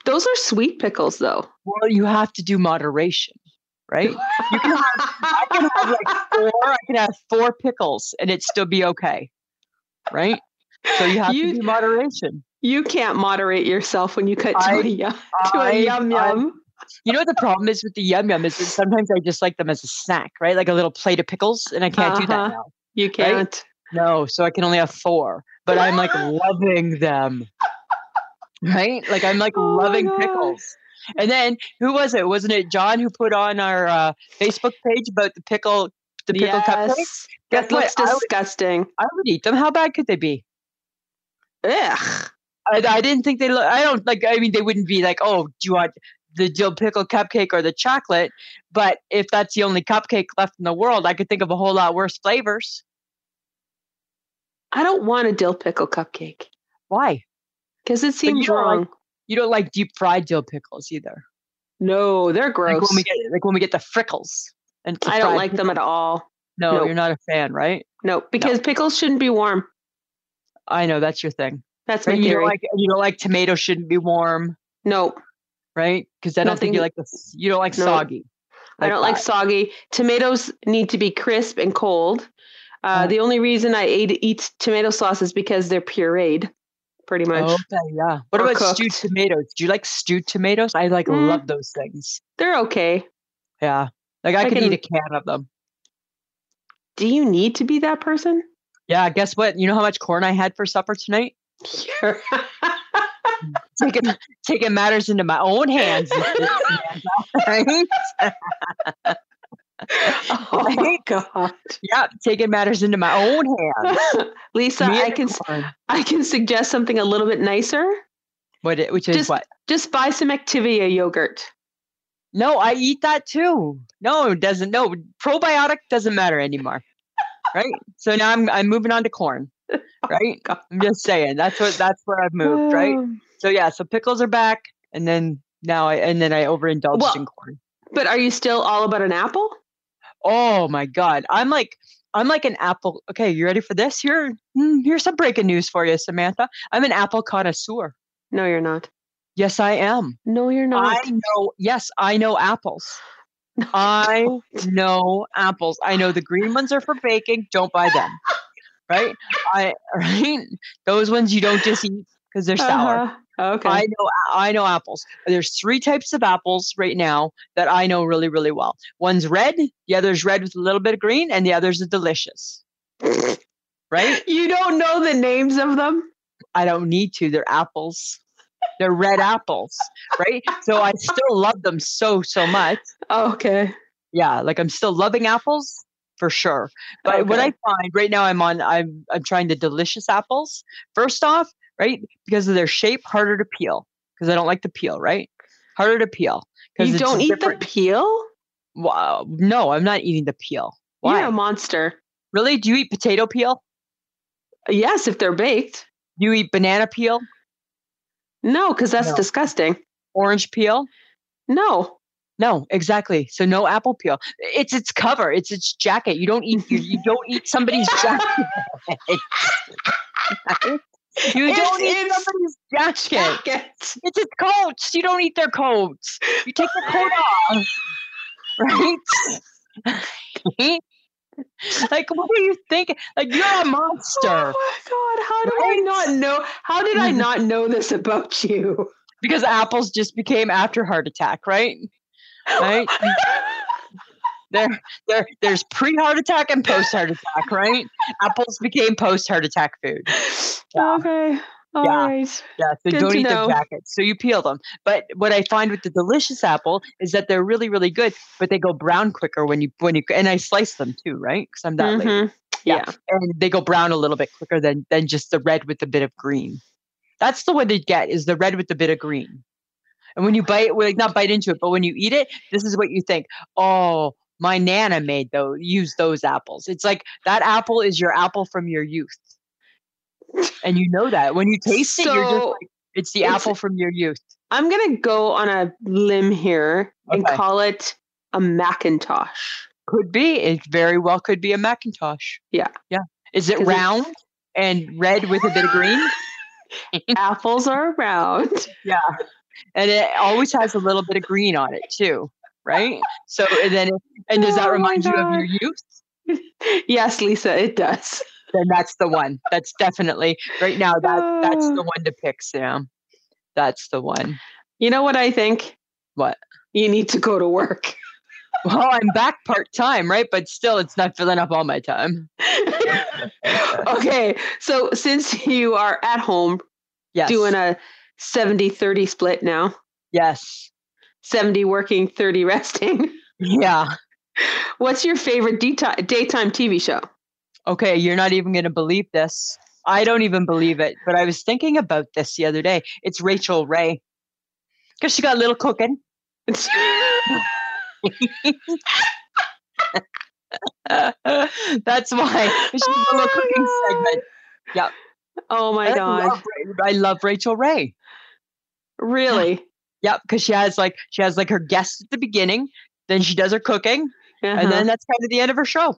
Speaker 2: Those are sweet pickles though.
Speaker 3: Well, you have to do moderation, right? You can have, I can have like four. I can have four pickles, and it still be okay, right? So you have
Speaker 2: You-
Speaker 3: to do moderation.
Speaker 2: you can't moderate yourself when you cut to
Speaker 3: I-
Speaker 2: a yum to a
Speaker 3: I-
Speaker 2: yum
Speaker 3: I-
Speaker 2: yum.
Speaker 3: you know what the problem is with the yum yum is that sometimes I just like them as a snack, right? Like a little plate of pickles, and I can't do
Speaker 2: Uh-huh.
Speaker 3: that now.
Speaker 2: You can't.
Speaker 3: No, so I can only have four, but I'm like loving them. Right? Like I'm like
Speaker 2: Oh my
Speaker 3: loving
Speaker 2: God.
Speaker 3: pickles. And then who was it? Wasn't it John who put on our uh, Facebook page about the pickle the pickle cupcakes?
Speaker 2: yes. That
Speaker 3: Guess what?
Speaker 2: looks
Speaker 3: I would-
Speaker 2: disgusting.
Speaker 3: I would eat them. How bad could they be?
Speaker 2: Ugh.
Speaker 3: I, I didn't think they look. I don't like. I mean, they wouldn't be like, oh, do you want the dill pickle cupcake or the chocolate? But if that's the only cupcake left in the world, I could think of a whole lot worse flavors.
Speaker 2: I don't want a dill pickle cupcake
Speaker 3: Why?
Speaker 2: because it seems
Speaker 3: don't like-
Speaker 2: wrong.
Speaker 3: You don't like deep fried dill pickles either.
Speaker 2: no, they're
Speaker 3: Like
Speaker 2: gross.
Speaker 3: when we get like when we get the frickles. And it's a
Speaker 2: I don't
Speaker 3: fried
Speaker 2: like them
Speaker 3: pickle.
Speaker 2: at all.
Speaker 3: No,
Speaker 2: no.
Speaker 3: you're not a fan, right?
Speaker 2: No, because pickles shouldn't be warm.
Speaker 3: I know that's your thing.
Speaker 2: That's my
Speaker 3: Right? You don't
Speaker 2: theory.
Speaker 3: like you don't like tomatoes shouldn't be warm,
Speaker 2: no,
Speaker 3: right? Because I don't think you
Speaker 2: Nothing-
Speaker 3: like this. You don't like
Speaker 2: No.
Speaker 3: soggy.
Speaker 2: I don't like
Speaker 3: that.
Speaker 2: soggy. Tomatoes need to be crisp and cold. Uh,
Speaker 3: Oh.
Speaker 2: The only reason I ate, eat tomato sauce is because they're pureed, pretty much.
Speaker 3: Okay, yeah. What
Speaker 2: or
Speaker 3: about stewed
Speaker 2: cooked.
Speaker 3: tomatoes? Do you like stewed tomatoes? I like
Speaker 2: Mm.
Speaker 3: love those things.
Speaker 2: They're okay.
Speaker 3: Yeah. Like I,
Speaker 2: I
Speaker 3: could
Speaker 2: can-
Speaker 3: eat a can of them.
Speaker 2: Do you need to be that person?
Speaker 3: Yeah, guess what? You know how much corn I had for supper tonight?
Speaker 2: Sure.
Speaker 3: Taking taking matters into my own hands. Right?
Speaker 2: Oh my god.
Speaker 3: Yeah, taking matters into my own hands.
Speaker 2: Lisa,
Speaker 3: Me
Speaker 2: I
Speaker 3: and
Speaker 2: can
Speaker 3: Lauren.
Speaker 2: I can suggest something a little bit nicer.
Speaker 3: What? it- Which is
Speaker 2: Just-
Speaker 3: what?
Speaker 2: Just buy some Activia yogurt.
Speaker 3: No, I eat that too. No, it doesn't. No, probiotic doesn't matter anymore. right. So now I'm I'm moving on to corn. Right.
Speaker 2: Oh God.
Speaker 3: I'm just saying that's what that's where I've moved. Right.
Speaker 2: Oh.
Speaker 3: So yeah. So pickles are back, and then now I and then I overindulged
Speaker 2: Well-
Speaker 3: in corn.
Speaker 2: But are you still all about an apple?
Speaker 3: Oh my god. I'm like I'm like an apple. Okay, you ready for this? Here, mm, here's some breaking news for you, Samantha. I'm an apple connoisseur.
Speaker 2: No, you're not.
Speaker 3: Yes, I am.
Speaker 2: No, you're not.
Speaker 3: I know. Yes, I know apples. I
Speaker 2: Oh.
Speaker 3: know apples. I know the green ones are for baking. Don't buy them. Right? I right. Those ones you don't just eat because they're sour.
Speaker 2: Uh-huh. Okay.
Speaker 3: I know I know apples. There's three types of apples right now that I know really really well. One's red, the other's red with a little bit of green, and the others are delicious. right?
Speaker 2: you don't know the names of them?
Speaker 3: I don't need to. They're apples. They're red apples, right? So I still love them so so much. Oh,
Speaker 2: okay.
Speaker 3: Yeah, like I'm still loving apples for sure. But what I
Speaker 2: Okay.
Speaker 3: find right now, I'm on. I'm I'm trying the delicious apples. First off, right because of their shape, harder to peel because I don't like the peel. Right, harder to peel. 'cause
Speaker 2: You
Speaker 3: it's
Speaker 2: don't eat
Speaker 3: different-
Speaker 2: the peel?
Speaker 3: Wow, no, I'm not eating the peel. Why?
Speaker 2: You're a monster.
Speaker 3: Really? Do you eat potato peel?
Speaker 2: Yes, if they're baked.
Speaker 3: Do you eat banana peel?
Speaker 2: No, because that's
Speaker 3: No.
Speaker 2: disgusting.
Speaker 3: Orange peel?
Speaker 2: No.
Speaker 3: No, exactly. So no apple peel. It's its cover. It's its jacket. You don't eat. You, you don't eat somebody's jacket. you don't eat
Speaker 2: it's-
Speaker 3: somebody's jacket.
Speaker 2: Jacket.
Speaker 3: It's its coats. You don't eat their coats. You take the coat off, right? like, what are you thinking? Like, you're a
Speaker 2: Oh
Speaker 3: monster.
Speaker 2: my god, how do I
Speaker 3: Right?
Speaker 2: not know? How did I
Speaker 3: Mhm.
Speaker 2: not know this about you?
Speaker 3: because apples just became after heart attack, right? Right? there, there, there's pre heart attack and post heart attack, right? Apples became post heart attack food. Yeah.
Speaker 2: Okay. all right.
Speaker 3: Yeah. Yeah, so
Speaker 2: Good
Speaker 3: don't
Speaker 2: to
Speaker 3: eat
Speaker 2: know.
Speaker 3: the jackets. So you peel them. But what I find with the delicious apple is that they're really, really good, but they go brown quicker when you when you and I slice them too, right? Because I'm that lady.
Speaker 2: Mhm. Yeah.
Speaker 3: And they go brown a little bit quicker than than just the red with a bit of green. That's the one they get is the red with a bit of green. And when you bite, well, like not bite into it, but when you eat it, this is what you think. Oh, my nana made those, used those apples. It's like that apple is your apple from your youth. And you know that when you taste it, you're just
Speaker 2: So-
Speaker 3: like, it's the
Speaker 2: it's-
Speaker 3: apple from your youth.
Speaker 2: I'm gonna go on a limb here and
Speaker 3: Okay.
Speaker 2: call it a Macintosh.
Speaker 3: Could be. It very well could be a Macintosh.
Speaker 2: Yeah.
Speaker 3: Yeah. Is it
Speaker 2: 'Cause it-
Speaker 3: round and red with a bit of green?
Speaker 2: Apples are round.
Speaker 3: and it always has a little bit of green on it too, right? So and then and does that
Speaker 2: Oh my
Speaker 3: remind you of your
Speaker 2: God.
Speaker 3: youth?
Speaker 2: Yes, Lisa, it does.
Speaker 3: Then that's the one. That's definitely right now. That that's the
Speaker 2: Oh.
Speaker 3: one to pick, Sam. That's the one.
Speaker 2: You know what I think?
Speaker 3: What?
Speaker 2: You need to go to work.
Speaker 3: Well, I'm back part time, right? But still, it's not filling up all my time.
Speaker 2: okay. So since you are at home
Speaker 3: Yes.
Speaker 2: doing a 70-30 split now,
Speaker 3: yes.
Speaker 2: 70 working, 30 resting.
Speaker 3: Yeah.
Speaker 2: What's your favorite deti- daytime TV show?
Speaker 3: Okay, you're not even going to believe this. I don't even believe it, but I was thinking about this the other day. It's Rachel Ray. Because she got a little cooking. That's why. She's
Speaker 2: Oh
Speaker 3: a little
Speaker 2: my
Speaker 3: cooking
Speaker 2: God.
Speaker 3: segment.
Speaker 2: oh my
Speaker 3: I
Speaker 2: god.
Speaker 3: love Ra- I love Rachel Ray.
Speaker 2: Really?
Speaker 3: Yep, because she has like she has like her guests at the beginning, then she does her cooking, and
Speaker 2: Uh-huh.
Speaker 3: then that's kind of the end of her show.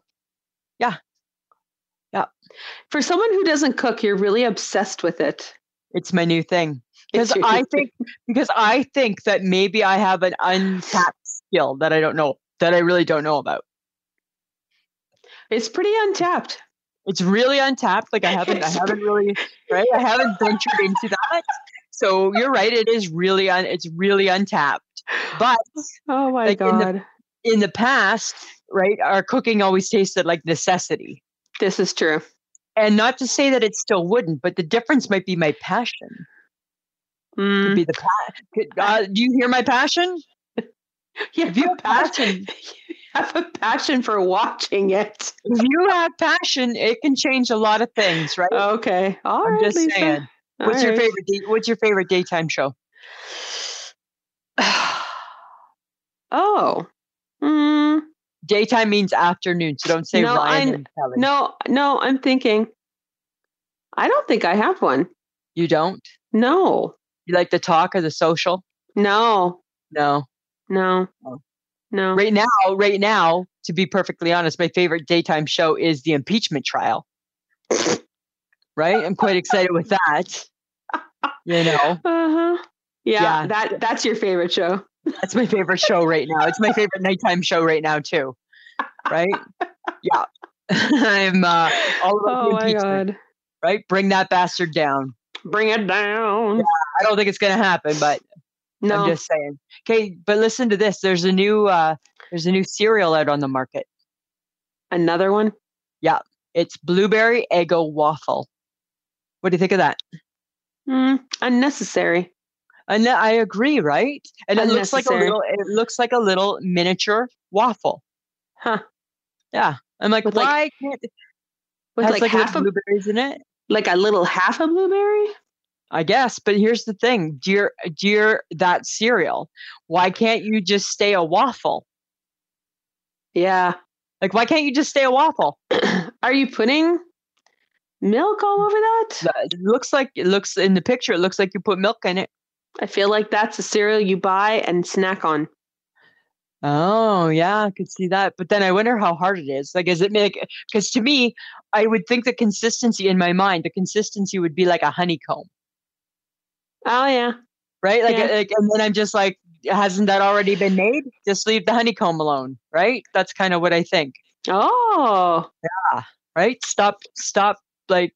Speaker 2: for someone who doesn't cook, you're really obsessed with it.
Speaker 3: It's my new thing.
Speaker 2: It's
Speaker 3: Because
Speaker 2: your-
Speaker 3: I think because I think that maybe I have an untapped skill that I don't know that I really don't know about.
Speaker 2: it's pretty untapped.
Speaker 3: It's really untapped. Like I haven't I
Speaker 2: It's-
Speaker 3: haven't really right. I haven't ventured into that. So you're right. It is really un, it's really untapped. But
Speaker 2: Oh my
Speaker 3: Like in the-
Speaker 2: god.
Speaker 3: in the past, right, our cooking always tasted like necessity.
Speaker 2: this is true.
Speaker 3: And not to say that it still wouldn't, but the difference might be my passion. Could
Speaker 2: Mm.
Speaker 3: be the pa- could- uh, do you hear my passion?
Speaker 2: Yeah,
Speaker 3: If you have
Speaker 2: passion.
Speaker 3: passion,
Speaker 2: have a passion for watching it.
Speaker 3: If you have passion, it can change a lot of things, right?
Speaker 2: Okay. all right,
Speaker 3: I'm just
Speaker 2: Lisa.
Speaker 3: saying.
Speaker 2: All
Speaker 3: What's your
Speaker 2: right.
Speaker 3: favorite? Day, what's your favorite daytime show?
Speaker 2: oh. Mm,
Speaker 3: Daytime means afternoon, so don't say
Speaker 2: No,
Speaker 3: Ryan
Speaker 2: I-
Speaker 3: and Kelly.
Speaker 2: no, no, I'm thinking. I don't think I have one.
Speaker 3: you don't.
Speaker 2: No.
Speaker 3: You like the talk or the social?
Speaker 2: No.
Speaker 3: No.
Speaker 2: No.
Speaker 3: Oh.
Speaker 2: No.
Speaker 3: Right now, right now, to be perfectly honest, my favorite daytime show is the impeachment trial. right? I'm quite excited with that. You know,
Speaker 2: Uh-huh. Yeah,
Speaker 3: Yeah.
Speaker 2: that that's your favorite show.
Speaker 3: that's my favorite show right now. It's my favorite nighttime show right now too. Right? Yeah. I'm uh, all about
Speaker 2: oh
Speaker 3: the
Speaker 2: my
Speaker 3: impeachment.
Speaker 2: god.
Speaker 3: Right? Bring that bastard down.
Speaker 2: Bring it down.
Speaker 3: I don't think it's gonna happen, but
Speaker 2: No.
Speaker 3: I'm just saying. Okay, but listen to this. There's a new uh there's a new cereal out on the market.
Speaker 2: Another one?
Speaker 3: It's blueberry Eggo waffle. What do you think of that?
Speaker 2: Mm, unnecessary.
Speaker 3: And I agree, right? And it looks like a
Speaker 2: Unnecessary.
Speaker 3: little it looks like a little miniature waffle.
Speaker 2: Huh.
Speaker 3: Yeah. I'm like,
Speaker 2: With, like,
Speaker 3: why can't it
Speaker 2: With
Speaker 3: has,
Speaker 2: like,
Speaker 3: like, little
Speaker 2: half a
Speaker 3: blueberries in it?
Speaker 2: like a little half a blueberry?
Speaker 3: I guess, but here's the thing, dear dear that cereal. Why can't you just stay a waffle?
Speaker 2: Yeah.
Speaker 3: Like why can't you just stay a waffle?
Speaker 2: Are you putting milk all over that?
Speaker 3: It looks like it looks in the picture, it looks like you put milk in it.
Speaker 2: I feel like that's a cereal you buy and snack on.
Speaker 3: Oh yeah, I could see that. But then I wonder how hard it is. Like, is it make? Because to me, I would think the consistency in my mind, the consistency would be like a honeycomb,
Speaker 2: Oh yeah.
Speaker 3: right? Like, uh,
Speaker 2: Yeah.
Speaker 3: like and then I'm just like, hasn't that already been made? Just leave the honeycomb alone, right? That's kind of what I think,
Speaker 2: Oh,
Speaker 3: right? Stop, stop, like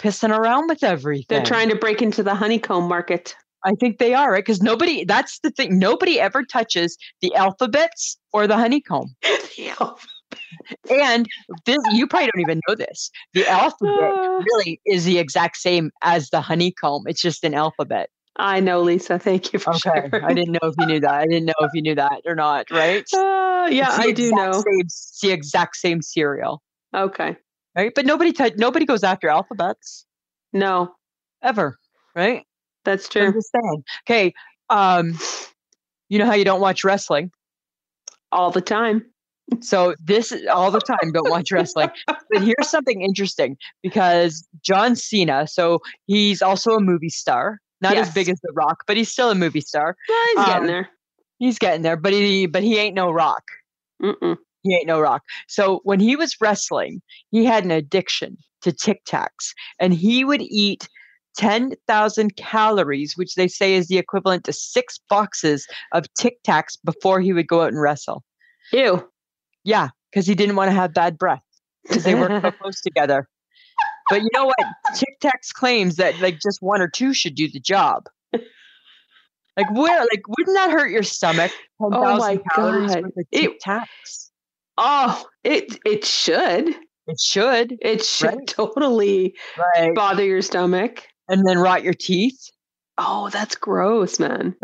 Speaker 3: pissing around with everything.
Speaker 2: they're trying to break into the honeycomb market.
Speaker 3: I think they are, right? Because nobody. That's the thing. Nobody ever touches the alphabets or the honeycomb. And this, you probably don't even know this. The alphabet
Speaker 2: Ah.
Speaker 3: really is the exact same as the honeycomb. It's just an alphabet.
Speaker 2: I know, Lisa. Thank you for
Speaker 3: Okay.
Speaker 2: sharing.
Speaker 3: I didn't know if you knew that. I didn't know if you knew that or not, right?
Speaker 2: Ah, yeah,
Speaker 3: It's the
Speaker 2: I do
Speaker 3: exact
Speaker 2: know.
Speaker 3: Same, it's the exact same cereal,
Speaker 2: Okay.
Speaker 3: right? But nobody t- nobody goes after alphabets
Speaker 2: No,
Speaker 3: ever, right?
Speaker 2: that's
Speaker 3: I'm
Speaker 2: true.
Speaker 3: just saying. Okay. Um, you know how you don't watch wrestling,
Speaker 2: All the time.
Speaker 3: so this is all the time don't watch wrestling. But here's something interesting because John Cena, so he's also a movie star, not as
Speaker 2: Yes.
Speaker 3: big as The Rock, but he's still a movie star.
Speaker 2: Well, he's
Speaker 3: Um,
Speaker 2: getting there.
Speaker 3: He's getting there, but he but he ain't no rock.
Speaker 2: Mm-mm.
Speaker 3: He ain't no rock. So when he was wrestling, he had an addiction to Tic Tacs, and he would eat ten thousand calories, which they say is the equivalent to six boxes of Tic Tacs before he would go out and wrestle.
Speaker 2: Ew.
Speaker 3: Yeah, because he didn't want to have bad breath because they work so close together. But you know what? Tic Tacs claims that like just one or two should do the job. Like where? Like wouldn't that hurt your stomach? Ten thousand
Speaker 2: Oh my
Speaker 3: calories
Speaker 2: God.
Speaker 3: worth of
Speaker 2: It-
Speaker 3: Tic Tacs.
Speaker 2: oh, it it should.
Speaker 3: It should,
Speaker 2: It should
Speaker 3: Right.
Speaker 2: totally
Speaker 3: right?
Speaker 2: bother your stomach.
Speaker 3: And then rot your teeth.
Speaker 2: Oh, that's gross, man.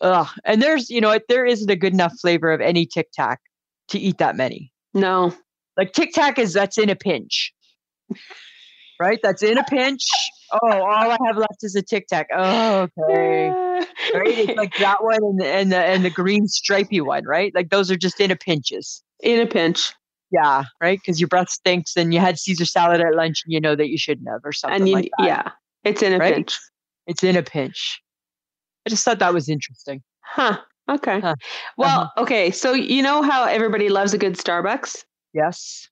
Speaker 3: Ugh. And there's, you know, what? there isn't a good enough flavor of any Tic Tac to eat that many.
Speaker 2: No.
Speaker 3: Like Tic Tac is that's in a pinch, right? That's in a pinch. Oh, all I have left is a Tic Tac. Oh, okay. right? It's like that one and the, and the and the green stripy one, right? Like those are just in a pinches.
Speaker 2: In a pinch.
Speaker 3: Yeah, right. Because your breath stinks, and you had Caesar salad at lunch, and you know that you shouldn't have, or something
Speaker 2: and you,
Speaker 3: like that.
Speaker 2: yeah, it's in a
Speaker 3: Right?
Speaker 2: pinch.
Speaker 3: It's in a pinch. I just thought that was interesting.
Speaker 2: Huh. Uh-huh. Okay.
Speaker 3: Huh.
Speaker 2: Well, okay. So you know how everybody loves a good Starbucks?
Speaker 3: Yes.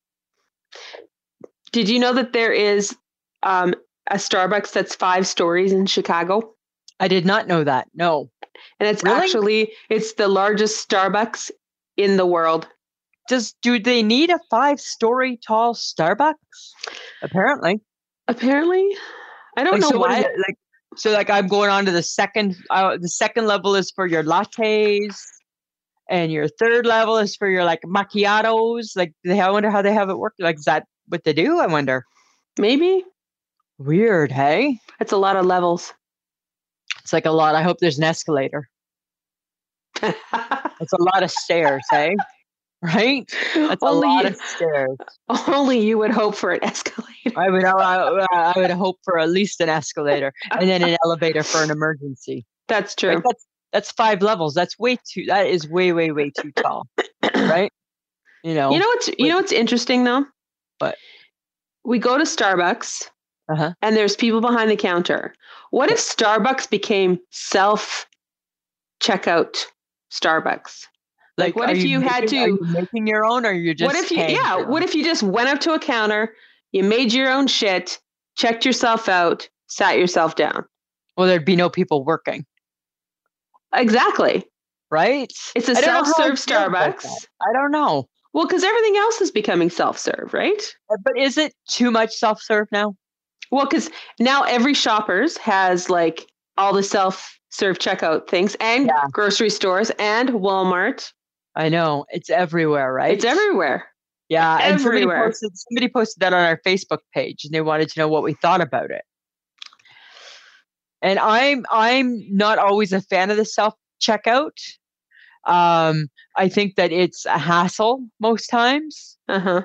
Speaker 2: Did you know that there is um, a Starbucks that's five stories in Chicago?
Speaker 3: I did not know that. No.
Speaker 2: And it's
Speaker 3: Really?
Speaker 2: actually it's the largest Starbucks in the world.
Speaker 3: Does do they need a five-story tall Starbucks? Apparently.
Speaker 2: Apparently, I don't
Speaker 3: Like,
Speaker 2: know
Speaker 3: so what is
Speaker 2: why.
Speaker 3: it, Like so, like I'm going on to the second. Uh, the second level is for your lattes, and your third level is for your like macchiatos. Like they, I wonder how they have it work. Like is that what they do? I wonder.
Speaker 2: Maybe
Speaker 3: Weird, hey?
Speaker 2: it's a lot of levels.
Speaker 3: It's like a lot. I hope there's an escalator. It's a lot of stairs, hey? right? That's
Speaker 2: only,
Speaker 3: a lot
Speaker 2: you,
Speaker 3: of stairs.
Speaker 2: only you would hope for an escalator.
Speaker 3: I would, I, I would hope for at least an escalator and then an elevator for an emergency.
Speaker 2: That's
Speaker 3: right?
Speaker 2: true.
Speaker 3: That's that's five levels. That's way too. That is way, way, way too tall, right? You know.
Speaker 2: You know what's you
Speaker 3: Wait.
Speaker 2: know what's interesting though?
Speaker 3: What?
Speaker 2: We go to Starbucks
Speaker 3: Uh-huh.
Speaker 2: and there's people behind the counter. What if Starbucks became self checkout Starbucks? like, what
Speaker 3: are
Speaker 2: if you had
Speaker 3: making- are
Speaker 2: to-
Speaker 3: you making your own, or you're just
Speaker 2: what if you
Speaker 3: paying
Speaker 2: yeah,
Speaker 3: for
Speaker 2: what
Speaker 3: it?
Speaker 2: if you just went up to a counter, you made your own shit, checked yourself out, sat yourself down.
Speaker 3: well, there'd be no people working,
Speaker 2: Exactly.
Speaker 3: right?
Speaker 2: It's a
Speaker 3: I don't know how I
Speaker 2: self-serve
Speaker 3: feel about
Speaker 2: Starbucks.
Speaker 3: that. I don't know,
Speaker 2: Well, because everything else is becoming self-serve, right?
Speaker 3: Uh, but is it too much self-serve now?
Speaker 2: Well, because now every shoppers has like all the self serve checkout things and
Speaker 3: Yeah.
Speaker 2: grocery stores and Walmart.
Speaker 3: I know it's everywhere, right?
Speaker 2: It's everywhere.
Speaker 3: Yeah, and
Speaker 2: everywhere.
Speaker 3: Somebody posted, somebody posted that on our Facebook page, and they wanted to know what we thought about it. And I'm I'm not always a fan of the self checkout. Um, I think that it's a hassle most times,
Speaker 2: Uh huh.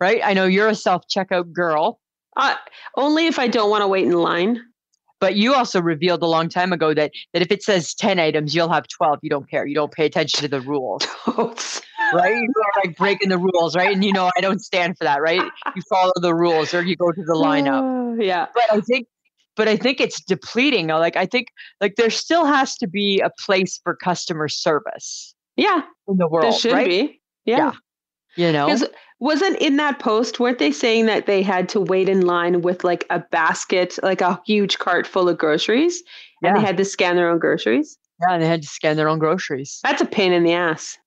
Speaker 3: right? I know you're a self checkout girl,
Speaker 2: Uh, only if I don't want to wait in line.
Speaker 3: but you also revealed a long time ago that that if it says ten items, you'll have twelve. You don't care. You don't pay attention to the rules.
Speaker 2: Totes.
Speaker 3: right? You are like breaking the rules, right? And you know I don't stand for that, right? You follow the rules or you go to the lineup.
Speaker 2: Oh, yeah.
Speaker 3: But I think but I think it's depleting. uh, Like I think like there still has to be a place for customer service
Speaker 2: Yeah.
Speaker 3: in the world.
Speaker 2: There should
Speaker 3: right?
Speaker 2: be. Yeah.
Speaker 3: You know?
Speaker 2: 'Cause Wasn't in that post, weren't they saying that they had to wait in line with like a basket, like a huge cart full of groceries? And
Speaker 3: Yeah.
Speaker 2: they had to scan their own groceries?
Speaker 3: yeah, and they had to scan their own groceries.
Speaker 2: That's a pain in the ass.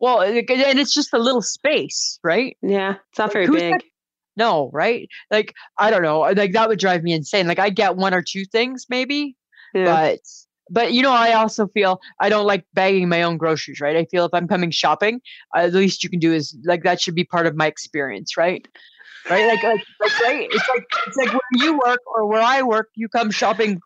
Speaker 3: Well, it- and it's just a little space, right?
Speaker 2: Yeah. It's not
Speaker 3: Like,
Speaker 2: very
Speaker 3: who's
Speaker 2: big.
Speaker 3: got- No, right? Like I don't know. Like that would drive me insane. Like I get one or two things maybe,
Speaker 2: Yeah.
Speaker 3: but but you know i also feel i don't like bagging my own groceries right i feel if i'm coming shopping uh, the least you can do is like that should be part of my experience right right like like, like right it's like it's like when you work or where i work you come shopping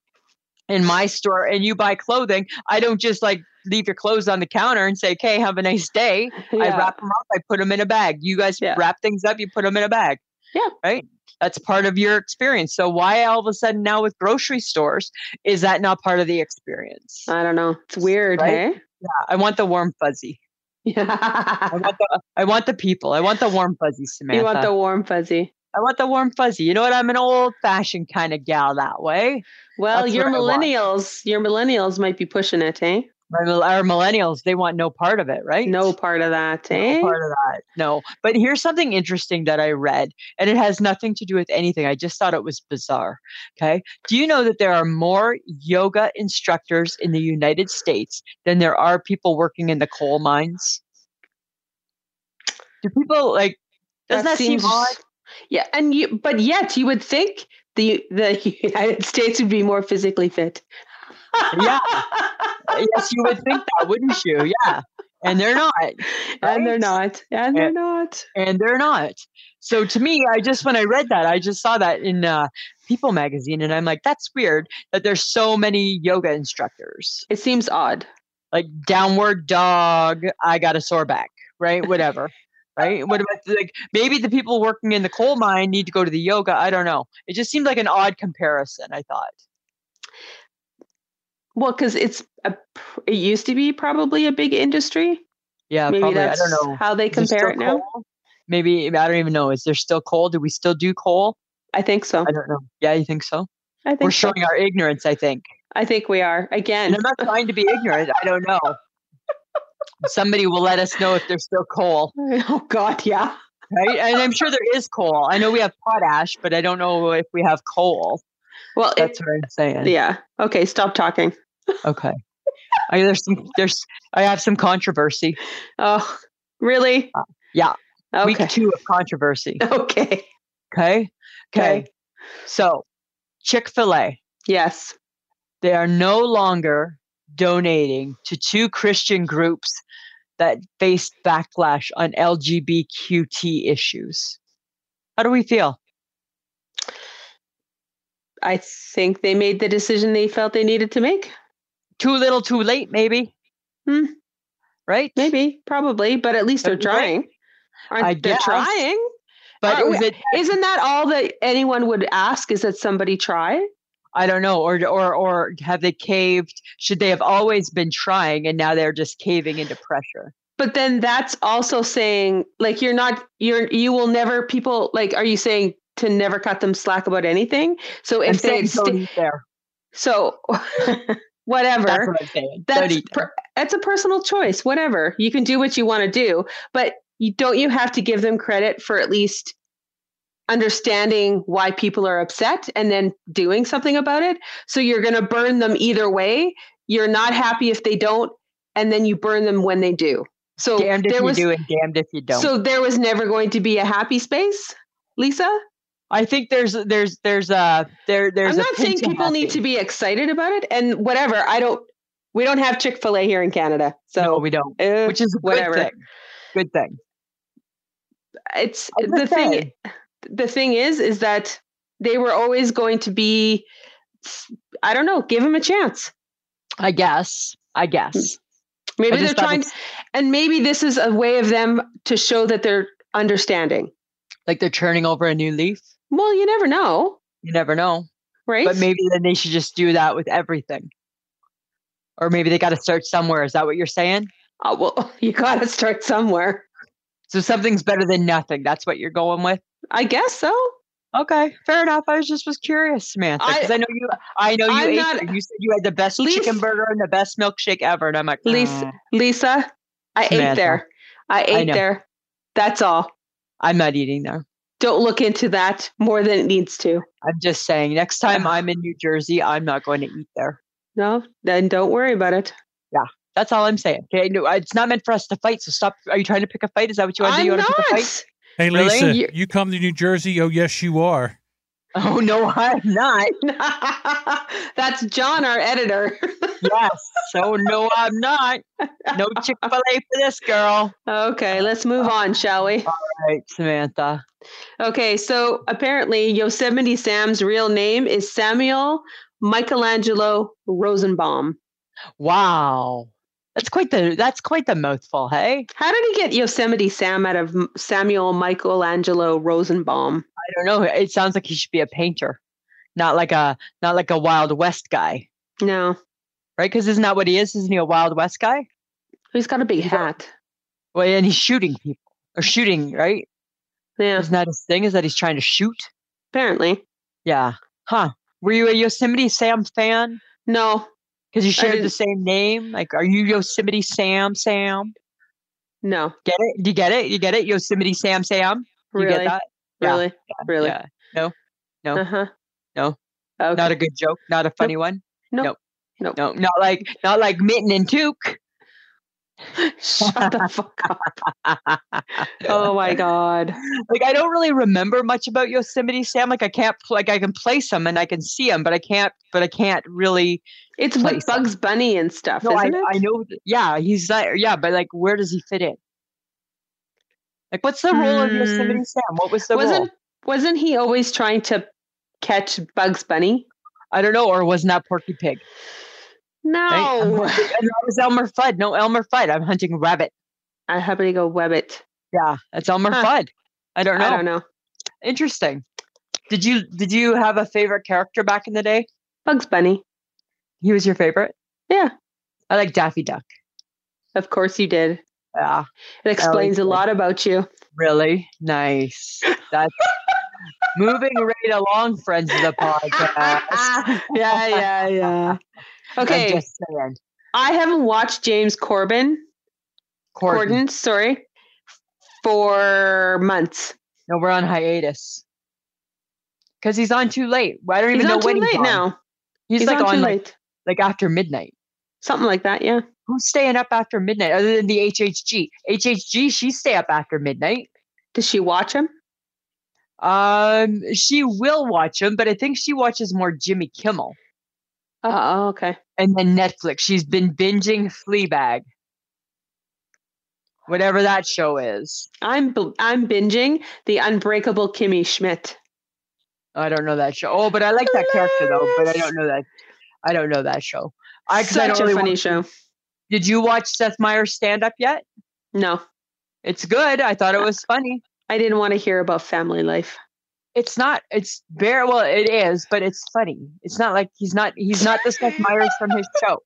Speaker 3: in my store and you buy clothing i don't just like leave your clothes on the counter and say okay have a nice day
Speaker 2: Yeah.
Speaker 3: i wrap them up i put them in a bag you guys
Speaker 2: Yeah.
Speaker 3: wrap things up you put them in a bag
Speaker 2: Yeah.
Speaker 3: right that's part of your experience so why all of a sudden now with grocery stores is that not part of the experience
Speaker 2: I don't know. It's weird,
Speaker 3: Right?
Speaker 2: hey?
Speaker 3: i want the warm fuzzy i
Speaker 2: Yeah.
Speaker 3: want the, I want the people i want the warm fuzzy samantha
Speaker 2: you want the warm fuzzy.
Speaker 3: i want the warm fuzzy you know what i'm an old fashioned kind of gal that way
Speaker 2: Well,
Speaker 3: That's
Speaker 2: your
Speaker 3: what I want.
Speaker 2: millennials, your millennials might be pushing it, eh?
Speaker 3: our, mil- our millennials they want no part of it right
Speaker 2: No part of that, eh?
Speaker 3: no part of that. No. But here's something interesting that I read, and it has nothing to do with anything. I just thought it was bizarre. Okay. Do you know that there are more yoga instructors in the United States than there are people working in the coal mines? Do people like, doesn't that, seem odd?
Speaker 2: Yeah, and you, but yet you would think the the United States would be more physically fit.
Speaker 3: Yeah. yes, you would think that, wouldn't you? Yeah. And they're not.
Speaker 2: and they're
Speaker 3: Right?
Speaker 2: not. And
Speaker 3: Yeah.
Speaker 2: they're not.
Speaker 3: and they're not. So to me, I just when I read that, I just saw that in uh, People magazine, and I'm like, that's weird that there's so many yoga instructors,
Speaker 2: It seems odd.
Speaker 3: like downward dog, I got a sore back, right? Whatever. Right? What about the- like maybe the people working in the coal mine need to go to the yoga? I don't know. It just seemed like an odd comparison. I thought.
Speaker 2: Well, because it's a, pr- it used to be probably a big industry.
Speaker 3: Yeah,
Speaker 2: Maybe
Speaker 3: Uh, probably. I
Speaker 2: that's
Speaker 3: don't know.
Speaker 2: how they
Speaker 3: Is there
Speaker 2: compare it
Speaker 3: still
Speaker 2: now.
Speaker 3: coal? Maybe I don't even know. Is there still coal? Do we still do coal?
Speaker 2: I think so.
Speaker 3: I don't know. Yeah, you think so?
Speaker 2: I think
Speaker 3: We're
Speaker 2: so.
Speaker 3: showing our ignorance. I think.
Speaker 2: I think we are
Speaker 3: And
Speaker 2: again.
Speaker 3: I'm not trying to be ignorant. I don't know. Somebody will let us know if there's still coal,
Speaker 2: Oh God, yeah.
Speaker 3: right? And I'm sure there is coal. I know we have potash, but I don't know if we have coal.
Speaker 2: Well, it,
Speaker 3: That's what I'm saying.
Speaker 2: yeah. Okay, stop talking.
Speaker 3: Okay. I, there's some. There's. I have some controversy.
Speaker 2: Oh, really?
Speaker 3: Uh, yeah.
Speaker 2: Okay.
Speaker 3: Week two of controversy.
Speaker 2: Okay.
Speaker 3: Okay. Okay.
Speaker 2: Okay.
Speaker 3: So, Chick Fil A.
Speaker 2: Yes.
Speaker 3: They are no longer donating to two Christian groups that faced backlash on LGBTQT issues. How do we feel?
Speaker 2: I think they made the decision they felt they needed to make.
Speaker 3: Too little, too late, maybe?
Speaker 2: Hmm.
Speaker 3: right?
Speaker 2: Maybe, probably, but at least they're
Speaker 3: That'd be great.
Speaker 2: trying. Aren't
Speaker 3: I
Speaker 2: they
Speaker 3: guess.
Speaker 2: trying?
Speaker 3: But
Speaker 2: Are we-
Speaker 3: is it?
Speaker 2: Isn't that all that anyone would ask? Is that somebody try?
Speaker 3: I don't know. Or or or have they caved? Should they have always been trying, and now they're just caving into pressure?
Speaker 2: But then that's also saying like you're not you're you will never people like are you saying to never cut them slack about anything? So
Speaker 3: I'm
Speaker 2: if they
Speaker 3: saying
Speaker 2: sta-
Speaker 3: don't eat there.
Speaker 2: so
Speaker 3: That's
Speaker 2: whatever
Speaker 3: what I'm saying. e, Don't
Speaker 2: that's
Speaker 3: eat there.
Speaker 2: per, that's a personal choice. Whatever you can do what you want to do, but you don't you have to give them credit for at least understanding why people are upset and then doing something about it. So you're going to burn them either way. You're not happy if they don't, and then you burn them when they do. So
Speaker 3: uh, damned if
Speaker 2: there
Speaker 3: you
Speaker 2: was
Speaker 3: do and damned if you don't.
Speaker 2: so there was never going to be a happy space, Lisa.
Speaker 3: I think there's there's there's a there there's.
Speaker 2: I'm
Speaker 3: a
Speaker 2: not saying
Speaker 3: pinch of
Speaker 2: people need
Speaker 3: happy.
Speaker 2: to be excited about it, and whatever. I don't. We don't have Chick Fil A here in Canada,
Speaker 3: No,
Speaker 2: so
Speaker 3: we don't.
Speaker 2: eh,
Speaker 3: Which is a
Speaker 2: whatever.
Speaker 3: Good thing. Good thing.
Speaker 2: it's
Speaker 3: I'm
Speaker 2: the
Speaker 3: just
Speaker 2: thing.
Speaker 3: saying.
Speaker 2: The thing is, is that they were always going to be. I don't know. Give them a chance.
Speaker 3: I guess. I guess.
Speaker 2: Maybe
Speaker 3: I
Speaker 2: they're
Speaker 3: just thought
Speaker 2: trying,
Speaker 3: it's-
Speaker 2: and maybe this is a way of them to show that they're understanding.
Speaker 3: like they're turning over a new leaf.
Speaker 2: Well, you never know,
Speaker 3: You never know.
Speaker 2: right?
Speaker 3: But maybe then they should just do that with everything. Or maybe they got to start somewhere. Is that what you're saying?
Speaker 2: Oh, well, you got to start somewhere.
Speaker 3: So something's better than nothing. That's what you're going with.
Speaker 2: I guess so.
Speaker 3: Okay, fair enough. I was just was curious, Samantha, because I, know you. I know you.
Speaker 2: I'm
Speaker 3: ate
Speaker 2: not-
Speaker 3: there. you said you had the best
Speaker 2: Lisa-
Speaker 3: chicken burger and the best milkshake ever, and I'm like,
Speaker 2: Lisa-
Speaker 3: "Mm,
Speaker 2: Lisa, I ate
Speaker 3: Samantha.
Speaker 2: there. I ate
Speaker 3: know.
Speaker 2: there. That's all.
Speaker 3: I'm not eating there.
Speaker 2: Don't look into that more than it needs to.
Speaker 3: I'm just saying. Next time
Speaker 2: Yeah.
Speaker 3: I'm in New Jersey, I'm not going to eat there.
Speaker 2: No, then don't worry about it.
Speaker 3: That's all I'm saying. Okay, no, it's not meant for us to fight. So stop. Are you trying to pick a fight? Is that what you want to do?
Speaker 2: I'm
Speaker 3: You want to pick a fight?
Speaker 2: not.
Speaker 4: Hey,
Speaker 3: Really?
Speaker 4: Lisa,
Speaker 2: You-
Speaker 4: you come to New Jersey? Oh, yes, you are.
Speaker 3: Oh no, I'm not.
Speaker 2: That's John, our editor.
Speaker 3: Yes. So no, I'm not. No Chick Fil A for this girl.
Speaker 2: Okay, let's move on, shall we?
Speaker 3: All right, Samantha.
Speaker 2: Okay, so apparently Yosemite Sam's real name is Samuel Michelangelo Rosenbaum.
Speaker 3: Wow, that's quite the that's quite the mouthful. Hey,
Speaker 2: How did he get Yosemite Sam out of M- Samuel Michelangelo Rosenbaum?
Speaker 3: I don't know. It sounds like he should be a painter, not like a not like a Wild West guy,
Speaker 2: No,
Speaker 3: right? Because isn't that what he is? Isn't he a Wild West guy?
Speaker 2: he's got a big hat.
Speaker 3: Well, and he's shooting people or shooting, right?
Speaker 2: Yeah,
Speaker 3: Isn't that his thing? Is that he's trying to shoot?
Speaker 2: apparently.
Speaker 3: Yeah. Huh. Were you a Yosemite Sam fan?
Speaker 2: No,
Speaker 3: Because you shared the
Speaker 2: didn't-
Speaker 3: same name. Like, are you Yosemite Sam? Sam?
Speaker 2: no,
Speaker 3: Get it? Do you get it? You get it? Yosemite Sam Sam? You
Speaker 2: really,
Speaker 3: get that? Yeah,
Speaker 2: really, really.
Speaker 3: Yeah. no.
Speaker 2: Uh huh.
Speaker 3: No.
Speaker 2: Okay.
Speaker 3: Not a good joke. Not a funny one.
Speaker 2: Nope.
Speaker 3: No.
Speaker 2: Nope.
Speaker 3: No. Not like not like Mitten and Took.
Speaker 2: Shut the fuck up. Oh my god.
Speaker 3: Like I don't really remember much about Yosemite Sam. Like I can't pl- like I can place them and I can see them, but I can't. But I can't really.
Speaker 2: It's with
Speaker 3: Place them.
Speaker 2: Bugs Bunny and stuff,
Speaker 3: No, I,
Speaker 2: isn't
Speaker 3: I
Speaker 2: it?
Speaker 3: know. th- Yeah, he's there. Yeah, but like, where does he fit in? Like, what's the role of Yosemite Sam? What was the role?
Speaker 2: Hmm. wasn't wasn't he always trying to catch Bugs Bunny?
Speaker 3: I don't know. Or wasn't that Porky Pig? Right? I'm
Speaker 2: No.
Speaker 3: hunting- and that was Elmer Fudd. No, Elmer Fudd. I'm hunting rabbit.
Speaker 2: I happen to go Webbit.
Speaker 3: Yeah, that's Elmer
Speaker 2: Huh.
Speaker 3: Fudd. I don't know.
Speaker 2: I don't know.
Speaker 3: Interesting. Did you did you have a favorite character back in the day?
Speaker 2: Bugs Bunny.
Speaker 3: He was your favorite.
Speaker 2: Yeah.
Speaker 3: I like Daffy Duck.
Speaker 2: Of course you did.
Speaker 3: Yeah,
Speaker 2: It explains a
Speaker 3: did.
Speaker 2: lot about you.
Speaker 3: really nice. That's moving right along, friends of the podcast.
Speaker 2: yeah, yeah, yeah. Okay.
Speaker 3: I'm just saying.
Speaker 2: I haven't watched James Corbin
Speaker 3: Corden.
Speaker 2: Corden, sorry, for months.
Speaker 3: No, we're on hiatus because he's on too late. I don't
Speaker 2: He's
Speaker 3: even know
Speaker 2: on
Speaker 3: when
Speaker 2: too
Speaker 3: he's
Speaker 2: late
Speaker 3: on.
Speaker 2: now.
Speaker 3: He's,
Speaker 2: He's
Speaker 3: like
Speaker 2: on
Speaker 3: on,
Speaker 2: too
Speaker 3: like,
Speaker 2: late.
Speaker 3: like after midnight.
Speaker 2: Something like that, yeah.
Speaker 3: Who's staying up after midnight other than the HHG? HHG, she stay up after midnight.
Speaker 2: Does she watch him?
Speaker 3: Um, she will watch him, but I think she watches more Jimmy Kimmel
Speaker 2: Oh, okay.
Speaker 3: and then Netflix. She's been binging Fleabag, whatever that show is.
Speaker 2: I'm bl- I'm binging the Unbreakable Kimmy Schmidt.
Speaker 3: I don't know that show. Oh, but I like that character though. But I don't know that. I don't know that show. I 'cause I
Speaker 2: Such
Speaker 3: don't
Speaker 2: a
Speaker 3: really
Speaker 2: funny
Speaker 3: watch-
Speaker 2: show.
Speaker 3: Did you watch Seth Meyers stand up yet?
Speaker 2: No,
Speaker 3: It's good. I thought it was funny.
Speaker 2: I didn't want to hear about family life.
Speaker 3: It's not. It's bare. Well, it is, but it's funny. It's not like he's not. He's not the Seth Meyers from his show.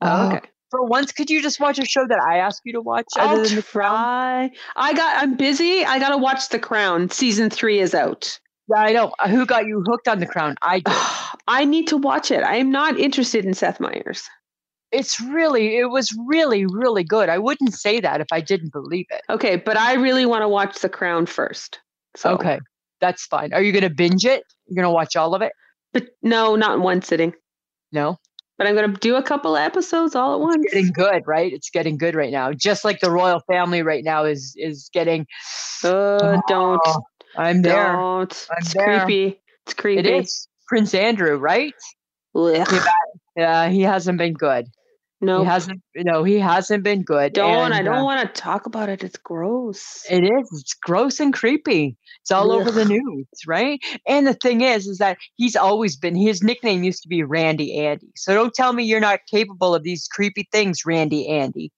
Speaker 2: Oh, okay.
Speaker 3: For once, could you just watch a show that I ask you to watch?
Speaker 2: I'll
Speaker 3: other than The Crown?
Speaker 2: try. I got. I'm busy. I gotta watch The Crown. Season three is out.
Speaker 3: Yeah, I know. Who got you hooked on The Crown? I. did.
Speaker 2: I need to watch it. I am not interested in Seth Meyers.
Speaker 3: It's really. It was really, really good. I wouldn't say that if I didn't believe it.
Speaker 2: Okay, but I really want to watch The Crown first. So,
Speaker 3: Okay, that's fine. Are you going to binge it? You're going to watch all of it?
Speaker 2: but no, not in one sitting.
Speaker 3: No.
Speaker 2: But I'm gonna do a couple episodes all at once.
Speaker 3: It's getting good, right? It's getting good right now. Just like the royal family right now is is getting.
Speaker 2: Oh, don't,
Speaker 3: Oh, I'm there.
Speaker 2: don't.
Speaker 3: I'm
Speaker 2: it's
Speaker 3: there.
Speaker 2: creepy. It's
Speaker 3: It
Speaker 2: creepy.
Speaker 3: is Prince Andrew, right?
Speaker 2: Ugh.
Speaker 3: Yeah, he hasn't been good.
Speaker 2: No,
Speaker 3: He hasn't. No, he hasn't been good.
Speaker 2: don't. I
Speaker 3: and,
Speaker 2: don't
Speaker 3: uh,
Speaker 2: want to talk about it. It's gross.
Speaker 3: It is. It's gross and creepy. It's all over the
Speaker 2: Ugh.
Speaker 3: news, right? And the thing is, is that he's always been. His nickname used to be Randy Andy. So don't tell me you're not capable of these creepy things, Randy Andy,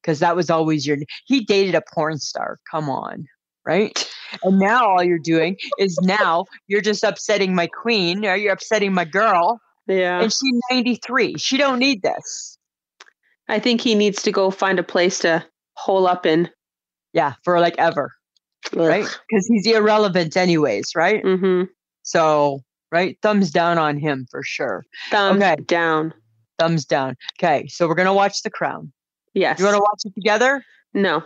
Speaker 3: because that was always your. He dated a porn star. Come on, right? And now all you're doing is now you're just upsetting my queen, or you're upsetting my girl,
Speaker 2: yeah,
Speaker 3: and she's 93. She don't need this.
Speaker 2: I think he needs to go find a place to hole up in.
Speaker 3: Yeah, for like ever, right? Because he's irrelevant anyways, right?
Speaker 2: Mm-hmm.
Speaker 3: So, right, thumbs down on him for sure.
Speaker 2: Thumb
Speaker 3: Okay.
Speaker 2: down.
Speaker 3: Thumbs down. Okay, so we're gonna watch The Crown.
Speaker 2: Yes.
Speaker 3: You want to watch it together?
Speaker 2: no,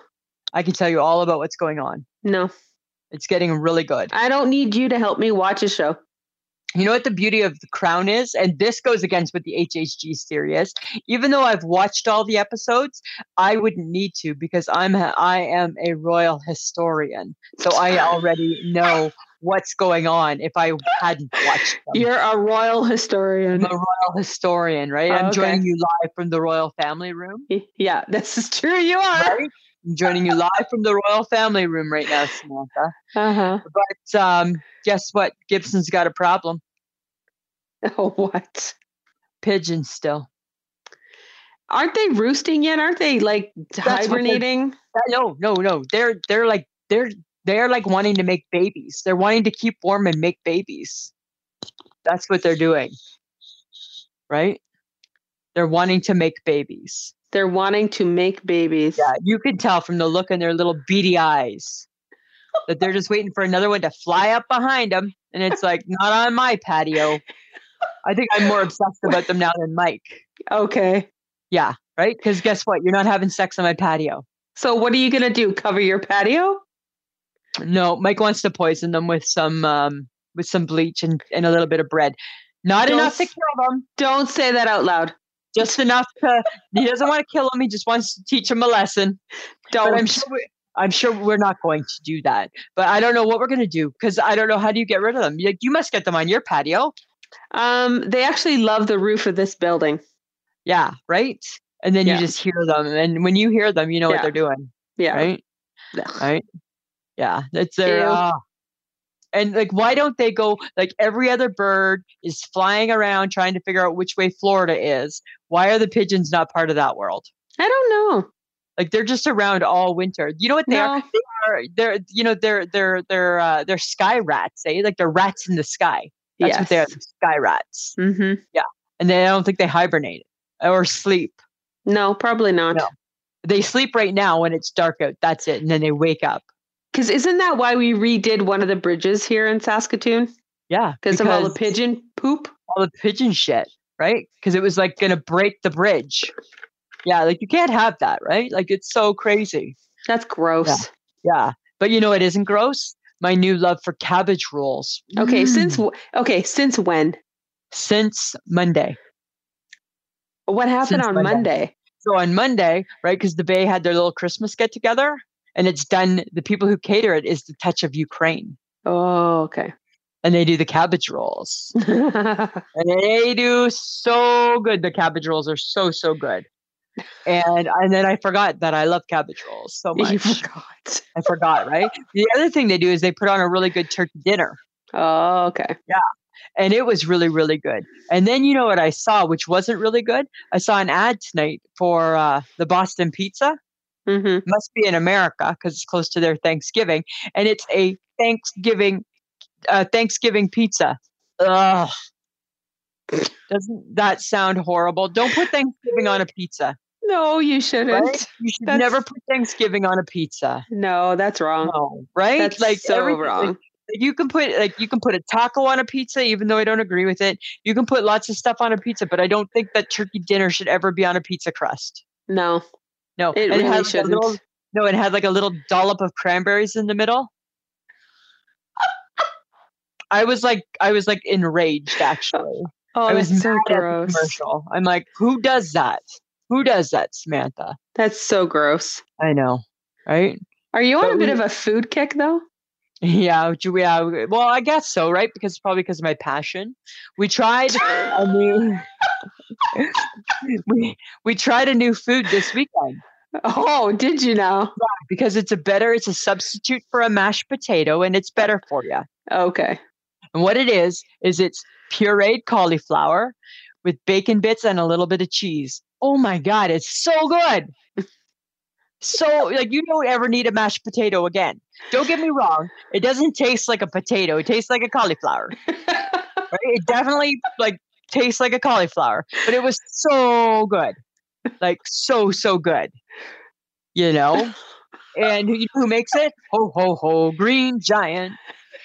Speaker 3: I can tell you all about what's going on.
Speaker 2: no.
Speaker 3: It's getting really good.
Speaker 2: I don't need you to help me watch a show.
Speaker 3: Um, You know what the beauty of The Crown is, and this goes against what the HHG series. Even though I've watched all the episodes, I wouldn't need to because I'm a, I am a royal historian, so I already know what's going on if I hadn't watched. Them.
Speaker 2: You're a royal historian.
Speaker 3: I'm a royal historian, right? I'm
Speaker 2: Oh, okay.
Speaker 3: joining you live from the royal family room.
Speaker 2: Yeah, this is true. You are.
Speaker 3: Right? I'm joining you live from the royal family room right now, Samantha.
Speaker 2: Uh-huh.
Speaker 3: But um, guess what? Gibson's got a problem.
Speaker 2: Oh, what?
Speaker 3: Pigeons still.
Speaker 2: Aren't they roosting yet? Aren't they like
Speaker 3: what they-
Speaker 2: hibernating?
Speaker 3: Uh, No, no, no. They're they're like they're they're like wanting to make babies. They're wanting to keep warm and make babies. That's what they're doing, right? They're wanting to make babies.
Speaker 2: They're wanting to make babies.
Speaker 3: Yeah, you can tell from the look in their little beady eyes that they're just waiting for another one to fly up behind them. And it's like, not on my patio. I think I'm more obsessed about them now than Mike.
Speaker 2: Okay.
Speaker 3: Yeah, right? Because guess what? You're not having sex on my patio.
Speaker 2: So what are you gonna do? Cover your patio?
Speaker 3: No, Mike wants to poison them with some um with some bleach and, and a little bit of bread. Not
Speaker 2: Don't
Speaker 3: enough to
Speaker 2: s-
Speaker 3: kill them.
Speaker 2: Don't say that out loud.
Speaker 3: Just enough to he doesn't want to kill them. He just wants to teach them a lesson.
Speaker 2: Don't.
Speaker 3: but I'm sure we, I'm sure we're not going to do that. But I don't know what we're going to do because I don't know how do you get rid of them. Like you must get them on your patio.
Speaker 2: Um, they actually love the roof of this building.
Speaker 3: Yeah, right. And then
Speaker 2: Yeah.
Speaker 3: you just hear them, and when you hear them, you know
Speaker 2: Yeah.
Speaker 3: what they're doing,
Speaker 2: Yeah.
Speaker 3: right?
Speaker 2: Ugh.
Speaker 3: Right. Yeah, that's their.
Speaker 2: Ew.
Speaker 3: Uh, and like, why don't they go? Like every other bird is flying around trying to figure out which way Florida is. Why are the pigeons not part of that world?
Speaker 2: I don't know.
Speaker 3: Like they're just around all winter. You know what they are?
Speaker 2: No.
Speaker 3: are they're you know they're they're they're uh, they're sky rats eh? like they're rats in the sky that's what they're sky rats
Speaker 2: Mm-hmm.
Speaker 3: and they, i don't think they hibernate or sleep
Speaker 2: No, probably not.
Speaker 3: No. they sleep right now when it's dark out that's it and then they wake up
Speaker 2: Because isn't that why we redid one of the bridges here in Saskatoon?
Speaker 3: yeah
Speaker 2: Because of all the pigeon poop?
Speaker 3: all the pigeon shit right because it was like gonna break the bridge yeah like you can't have that right like it's so crazy
Speaker 2: That's gross.
Speaker 3: yeah but you know it isn't gross my new love for cabbage rolls
Speaker 2: Okay, since
Speaker 3: Mm.
Speaker 2: w- okay, since when?
Speaker 3: since monday
Speaker 2: What happened
Speaker 3: Since
Speaker 2: on
Speaker 3: Monday.
Speaker 2: Monday?
Speaker 3: So on Monday, right, because the Bay had their little Christmas get together and it's done, the people who cater it is the touch of Ukraine
Speaker 2: Oh, okay.
Speaker 3: and they do the cabbage rolls. And they do so good. The cabbage rolls are so, so good. And and then I forgot that I love cabbage rolls so
Speaker 2: you
Speaker 3: much.
Speaker 2: forgot.
Speaker 3: I forgot, right? The other thing they do is they put on a really good turkey dinner.
Speaker 2: Oh, okay.
Speaker 3: and it was really really good and then you know what i saw which wasn't really good i saw an ad tonight for uh, the boston pizza
Speaker 2: hmm
Speaker 3: it must be in america because it's close to their thanksgiving and it's a thanksgiving uh, thanksgiving pizza Ugh. doesn't that sound horrible don't put thanksgiving on a pizza
Speaker 2: No, you shouldn't.
Speaker 3: Right? you should
Speaker 2: That's-
Speaker 3: never put thanksgiving on a pizza
Speaker 2: No, that's wrong.
Speaker 3: no, right
Speaker 2: That's like so
Speaker 3: everything-
Speaker 2: wrong.
Speaker 3: you can put like you can put a taco on a pizza even though i don't agree with it you can put lots of stuff on a pizza but i don't think that turkey dinner should ever be on a pizza crust
Speaker 2: No,
Speaker 3: no
Speaker 2: it
Speaker 3: and
Speaker 2: really
Speaker 3: had, like, a
Speaker 2: shouldn't.
Speaker 3: little- no it had like a little dollop of cranberries in the middle i was like i was like enraged actually
Speaker 2: oh,
Speaker 3: i was
Speaker 2: that's so
Speaker 3: mad at the
Speaker 2: gross.
Speaker 3: commercial i'm like who does that who does that samantha
Speaker 2: That's so gross.
Speaker 3: i know right
Speaker 2: Are you on
Speaker 3: But
Speaker 2: a bit
Speaker 3: we-
Speaker 2: of a food kick though?
Speaker 3: Yeah, ju- yeah. we- uh, Well, I guess so, right? Because probably because of my passion. We tried a new. we we tried a new food this weekend
Speaker 2: Oh, did you now?
Speaker 3: because it's a better. It's a substitute for a mashed potato, and it's better for you.
Speaker 2: Okay.
Speaker 3: And what it is is it's pureed cauliflower with bacon bits and a little bit of cheese. Oh my god, it's so good. So like you don't ever need a mashed potato again. Don't get me wrong, it doesn't taste like a potato. It tastes like a cauliflower. right? It definitely like tastes like a cauliflower, but it was so good. Like so so good. You know? And who, you know who makes it? Ho ho ho, green giant.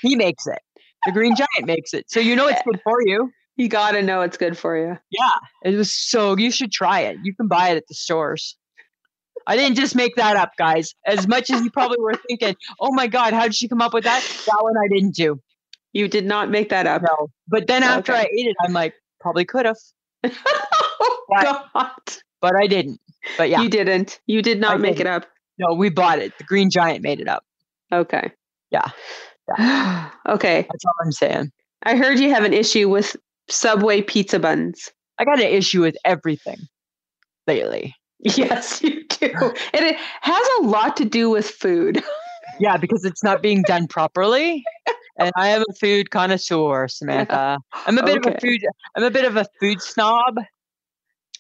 Speaker 3: He makes it. The green giant makes it. So you know it's good for you.
Speaker 2: You gotta know it's good for you.
Speaker 3: It was so you should try it. You can buy it at the stores. I didn't just make that up, guys. As much as you probably were thinking, oh my God, how did she come up with that? That one I didn't do.
Speaker 2: You did not make that up.
Speaker 3: No. But then after I
Speaker 2: Okay.
Speaker 3: ate it, I'm like, probably could have,
Speaker 2: Oh, God.
Speaker 3: but I didn't. But yeah,
Speaker 2: You didn't. You did not make it up.
Speaker 3: no, we bought it. The green giant made it up.
Speaker 2: Okay.
Speaker 3: Yeah.
Speaker 2: okay.
Speaker 3: That's all I'm saying.
Speaker 2: I heard you have an issue with Subway pizza buns.
Speaker 3: I got an issue with everything lately.
Speaker 2: Yes, you do. And it has a lot to do with food.
Speaker 3: Yeah, because it's not being done properly. And I am a food connoisseur, Samantha. I'm a bit of a
Speaker 2: Okay.
Speaker 3: food I'm a bit of a food snob.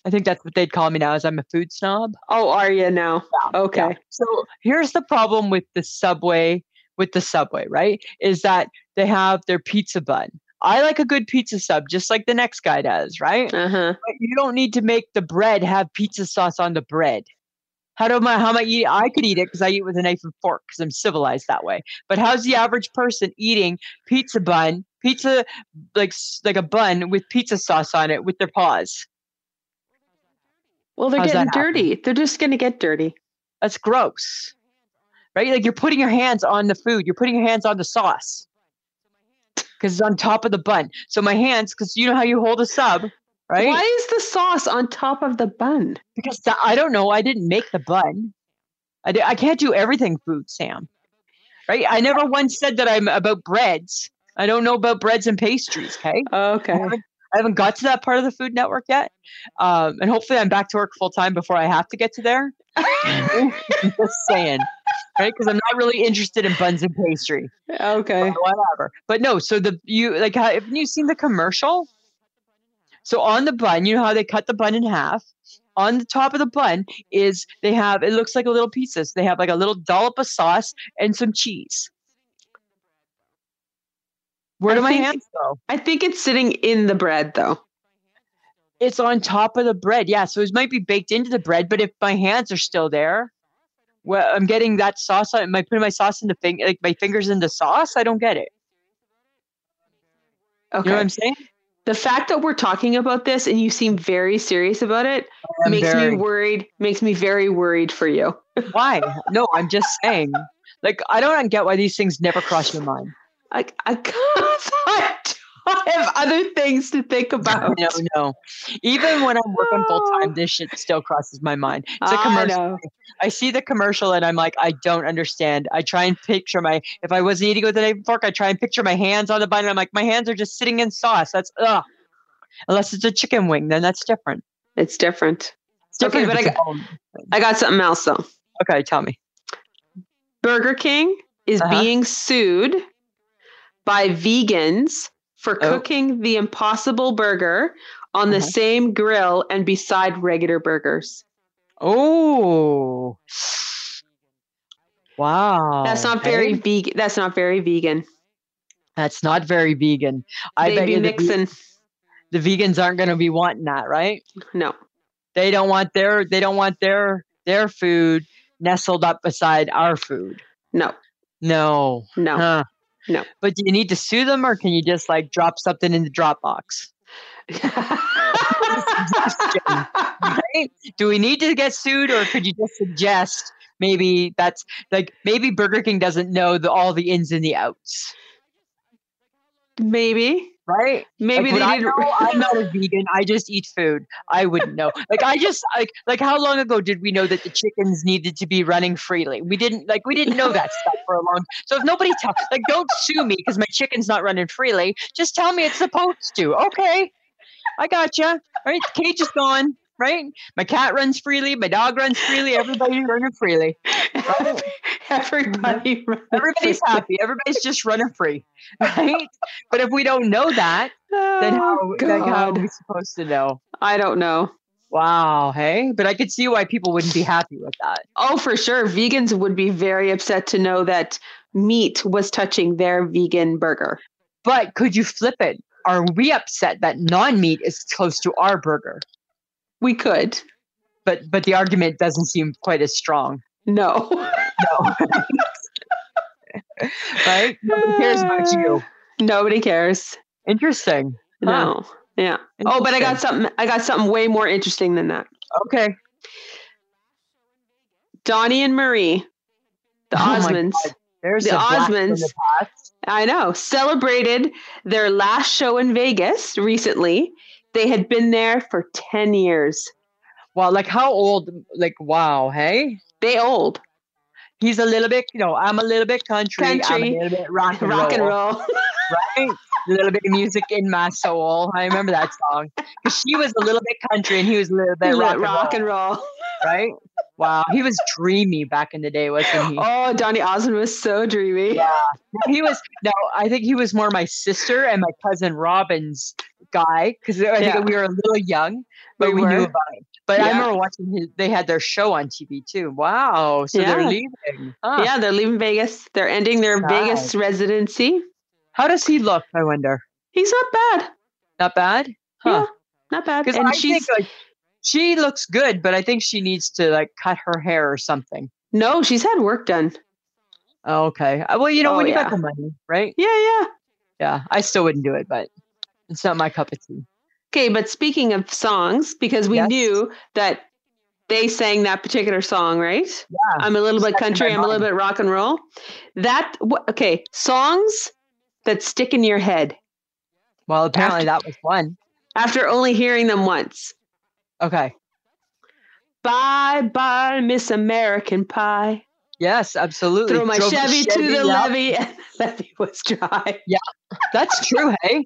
Speaker 3: I think that's what they'd call me now is I'm a food snob.
Speaker 2: Oh, are you now? Okay.
Speaker 3: So here's the problem with the subway with the subway, right? Is that they have their pizza bun. I like a good pizza sub just like the next guy does, right?
Speaker 2: Uh huh.
Speaker 3: But you don't need to make the bread have pizza sauce on the bread. How do my how am I eat? I could eat it because I eat with a knife and fork because I'm civilized that way. But how's the average person eating pizza bun, pizza like s- like a bun with pizza sauce on it with their paws?
Speaker 2: Well, they're
Speaker 3: How's that
Speaker 2: getting
Speaker 3: happen?
Speaker 2: dirty. They're just going to get dirty.
Speaker 3: That's gross, right? Like you're putting your hands on the food, you're putting your hands on the sauce because it's on top of the bun. So my hands, because you know how you hold a sub, right?
Speaker 2: Why is the sauce on top of the bun?
Speaker 3: Because the, I don't know. I didn't make the bun. I, di- I can't do everything food, Sam. Right? I never once said that I'm about breads. I don't know about breads and pastries. Okay. I
Speaker 2: Okay.
Speaker 3: haven't, I haven't got to that part of the Food Network yet. Um, and hopefully I'm back to work full time before I have to get to there. I'm just saying. Right? Because I'm not really interested in buns and pastry.
Speaker 2: okay.
Speaker 3: But whatever. But no, so the you like how have you seen the commercial? So on the bun, you know how they cut the bun in half. On the top of the bun is they have it looks like a little pizza. So they have like a little dollop of sauce and some cheese. Where
Speaker 2: I
Speaker 3: do my
Speaker 2: think-
Speaker 3: hands go?
Speaker 2: I think it's sitting in the bread, though.
Speaker 3: It's on top of the bread. Yeah, so it might be baked into the bread, but if my hands are still there, well, I'm getting that sauce. on- Am I putting my sauce in the fing- like my fingers in the sauce? I don't get it.
Speaker 2: Okay.
Speaker 3: You know what I'm saying?
Speaker 2: the fact that we're talking about this and you seem very serious about it
Speaker 3: I'm
Speaker 2: makes
Speaker 3: very-
Speaker 2: me worried. Makes me very worried for you.
Speaker 3: Why? No, I'm just saying. Like, I don't get why these things never cross your mind.
Speaker 2: I I, I don't have other things to think
Speaker 3: No,
Speaker 2: about.
Speaker 3: no. Even when I'm working full time, this shit still crosses my mind. It's a
Speaker 2: I
Speaker 3: commercial.
Speaker 2: know.
Speaker 3: I, see the commercial and I'm like, I don't understand. I try and picture my, if I wasn't eating with a knife and fork, I try and picture my hands on the bun and I'm like, my hands are just sitting in sauce. That's, ugh. Unless it's a chicken wing, then that's different.
Speaker 2: It's different.
Speaker 3: It's different
Speaker 2: Okay,
Speaker 3: if
Speaker 2: but
Speaker 3: it's a bone.
Speaker 2: I got something else though.
Speaker 3: okay, tell me.
Speaker 2: Burger King is
Speaker 3: Uh-huh.
Speaker 2: being sued by vegans for
Speaker 3: Oh.
Speaker 2: cooking the impossible burger on the
Speaker 3: Uh-huh.
Speaker 2: same grill and beside regular burgers.
Speaker 3: Oh. Wow.
Speaker 2: That's not
Speaker 3: okay.
Speaker 2: very vegan. That's not very vegan.
Speaker 3: That's not very vegan. I
Speaker 2: they
Speaker 3: bet
Speaker 2: be
Speaker 3: you the, ve-
Speaker 2: mixing.
Speaker 3: the vegans aren't going to be wanting that, right?
Speaker 2: No.
Speaker 3: They don't want their they don't want their their food nestled up beside our food.
Speaker 2: No.
Speaker 3: No.
Speaker 2: No.
Speaker 3: Huh.
Speaker 2: No.
Speaker 3: But do you need to sue them or can you just like drop something in the Dropbox? Right? Do we need to get sued or could you just suggest maybe that's like maybe Burger King doesn't know the, all the ins and the outs,
Speaker 2: Maybe.
Speaker 3: right?
Speaker 2: Maybe
Speaker 3: Like, would
Speaker 2: they
Speaker 3: I
Speaker 2: didn't.
Speaker 3: know? I'm not a vegan. I just eat food. I wouldn't know. Like I just like like how long ago did we know that the chickens needed to be running freely? We didn't like we didn't know that stuff for a long. So if nobody tell like don't sue me because my chicken's not running freely. Just tell me it's supposed to. Okay, I gotcha. All right, the cage is gone. Right, my cat runs freely. My dog runs freely. Everybody's running freely.
Speaker 2: Everybody. runs
Speaker 3: Everybody's
Speaker 2: for-
Speaker 3: happy. Everybody's just running free. Right, but if we don't know that, then how,
Speaker 2: Oh,
Speaker 3: like, how are
Speaker 2: God.
Speaker 3: we supposed to know?
Speaker 2: I don't know.
Speaker 3: Wow, hey, but I could see why people wouldn't be happy with that.
Speaker 2: Oh, for sure. Vegans would be very upset to know that meat was touching their vegan burger.
Speaker 3: But could you flip it? Are we upset that non-meat is close to our burger?
Speaker 2: We could.
Speaker 3: But but the argument doesn't seem quite as strong,
Speaker 2: No.
Speaker 3: right? Nobody cares about you.
Speaker 2: Nobody cares.
Speaker 3: Interesting.
Speaker 2: No. Yeah. Oh, but I got
Speaker 3: Interesting.
Speaker 2: something I got something way more interesting than that.
Speaker 3: okay.
Speaker 2: Donnie and Marie, the
Speaker 3: Oh my
Speaker 2: Osmonds,
Speaker 3: God. There's
Speaker 2: the
Speaker 3: a blast from
Speaker 2: Osmonds
Speaker 3: the-
Speaker 2: I know, celebrated their last show in Vegas recently. They had been there for 10 years.
Speaker 3: Wow, like how old? Like wow, hey.
Speaker 2: They old.
Speaker 3: He's a little bit, you know, I'm a little bit country. I'm a
Speaker 2: Country.
Speaker 3: little bit rock and
Speaker 2: Rock
Speaker 3: roll.
Speaker 2: and roll.
Speaker 3: right? A little bit of music in my soul. I remember that song. 'Cause She was a little bit country and he was a little bit rock,
Speaker 2: rock,
Speaker 3: and, roll,
Speaker 2: and roll.
Speaker 3: right? Wow, he was dreamy back in the day, wasn't he?
Speaker 2: Oh, Donny Osmond was so dreamy.
Speaker 3: Yeah. He was no, I think he was more my sister and my cousin Robin's guy because I
Speaker 2: Yeah.
Speaker 3: think we were a little young, but
Speaker 2: We
Speaker 3: we, knew
Speaker 2: were.
Speaker 3: about him. But I
Speaker 2: Yeah.
Speaker 3: remember watching his, they had their show on TV too. Wow, so they're
Speaker 2: Yeah.
Speaker 3: leaving. Huh.
Speaker 2: Yeah, they're leaving Vegas. They're ending their
Speaker 3: Sad.
Speaker 2: Vegas residency.
Speaker 3: How does he look? I wonder.
Speaker 2: He's not bad.
Speaker 3: Not bad. Huh.
Speaker 2: Yeah, not bad.
Speaker 3: Because
Speaker 2: And
Speaker 3: I
Speaker 2: she's
Speaker 3: think uh, like, she looks good, but I think she needs to like cut her hair or something.
Speaker 2: no, she's had work done.
Speaker 3: Oh, okay. Uh, Well, you know,
Speaker 2: Oh,
Speaker 3: when you
Speaker 2: yeah.
Speaker 3: got the money, right?
Speaker 2: Yeah, yeah.
Speaker 3: Yeah. I still wouldn't do it, but it's not my cup of tea.
Speaker 2: Okay, but speaking of songs, because we
Speaker 3: Yes.
Speaker 2: knew that they sang that particular song, right? Yeah. I'm a little bit
Speaker 3: Stuck in
Speaker 2: country.
Speaker 3: my
Speaker 2: I'm a little bit rock and roll. That wh- okay? Songs that stick in your head
Speaker 3: Well, apparently that was one.
Speaker 2: after only hearing them once.
Speaker 3: Okay.
Speaker 2: Bye, bye, Miss American Pie.
Speaker 3: Yes, absolutely.
Speaker 2: Throw my
Speaker 3: Drove
Speaker 2: Chevy, to the
Speaker 3: yeah.
Speaker 2: levee, and the levee was dry.
Speaker 3: That's true. Hey, And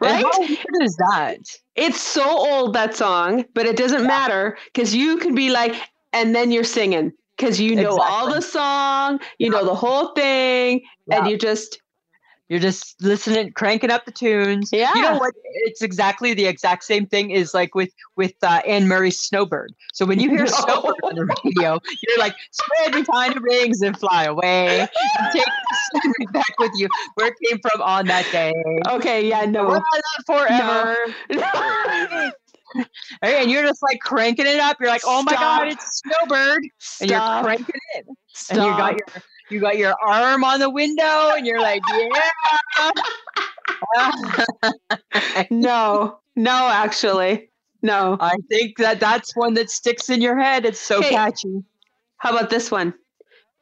Speaker 2: Right?
Speaker 3: How weird is that?
Speaker 2: It's so old that song, but it doesn't matter because you can be like, and then you're singing because you know all
Speaker 3: Exactly.
Speaker 2: the song, you know the whole thing, and
Speaker 3: Yeah.
Speaker 2: you just
Speaker 3: You're just listening, cranking up the tunes. You know
Speaker 2: Yeah.
Speaker 3: what? It's exactly the exact same thing. Is like with with uh, Anne Murray's Snowbird. So when you hear
Speaker 2: No.
Speaker 3: Snowbird on the radio, you're like, spread your tiny wings and fly away. And take the scenery back with you. Where it came from on that day.
Speaker 2: okay, yeah,
Speaker 3: We're
Speaker 2: no,
Speaker 3: on that forever.
Speaker 2: stop,
Speaker 3: Hey, and you're just like cranking it up. You're like, oh my
Speaker 2: Stop.
Speaker 3: god, it's Snowbird, and you're
Speaker 2: stop,
Speaker 3: cranking it. and you got your you got your arm on the window and you're like yeah
Speaker 2: no, no, actually, no.
Speaker 3: i think that that's one that sticks in your head it's so
Speaker 2: Hey.
Speaker 3: catchy
Speaker 2: How about this one?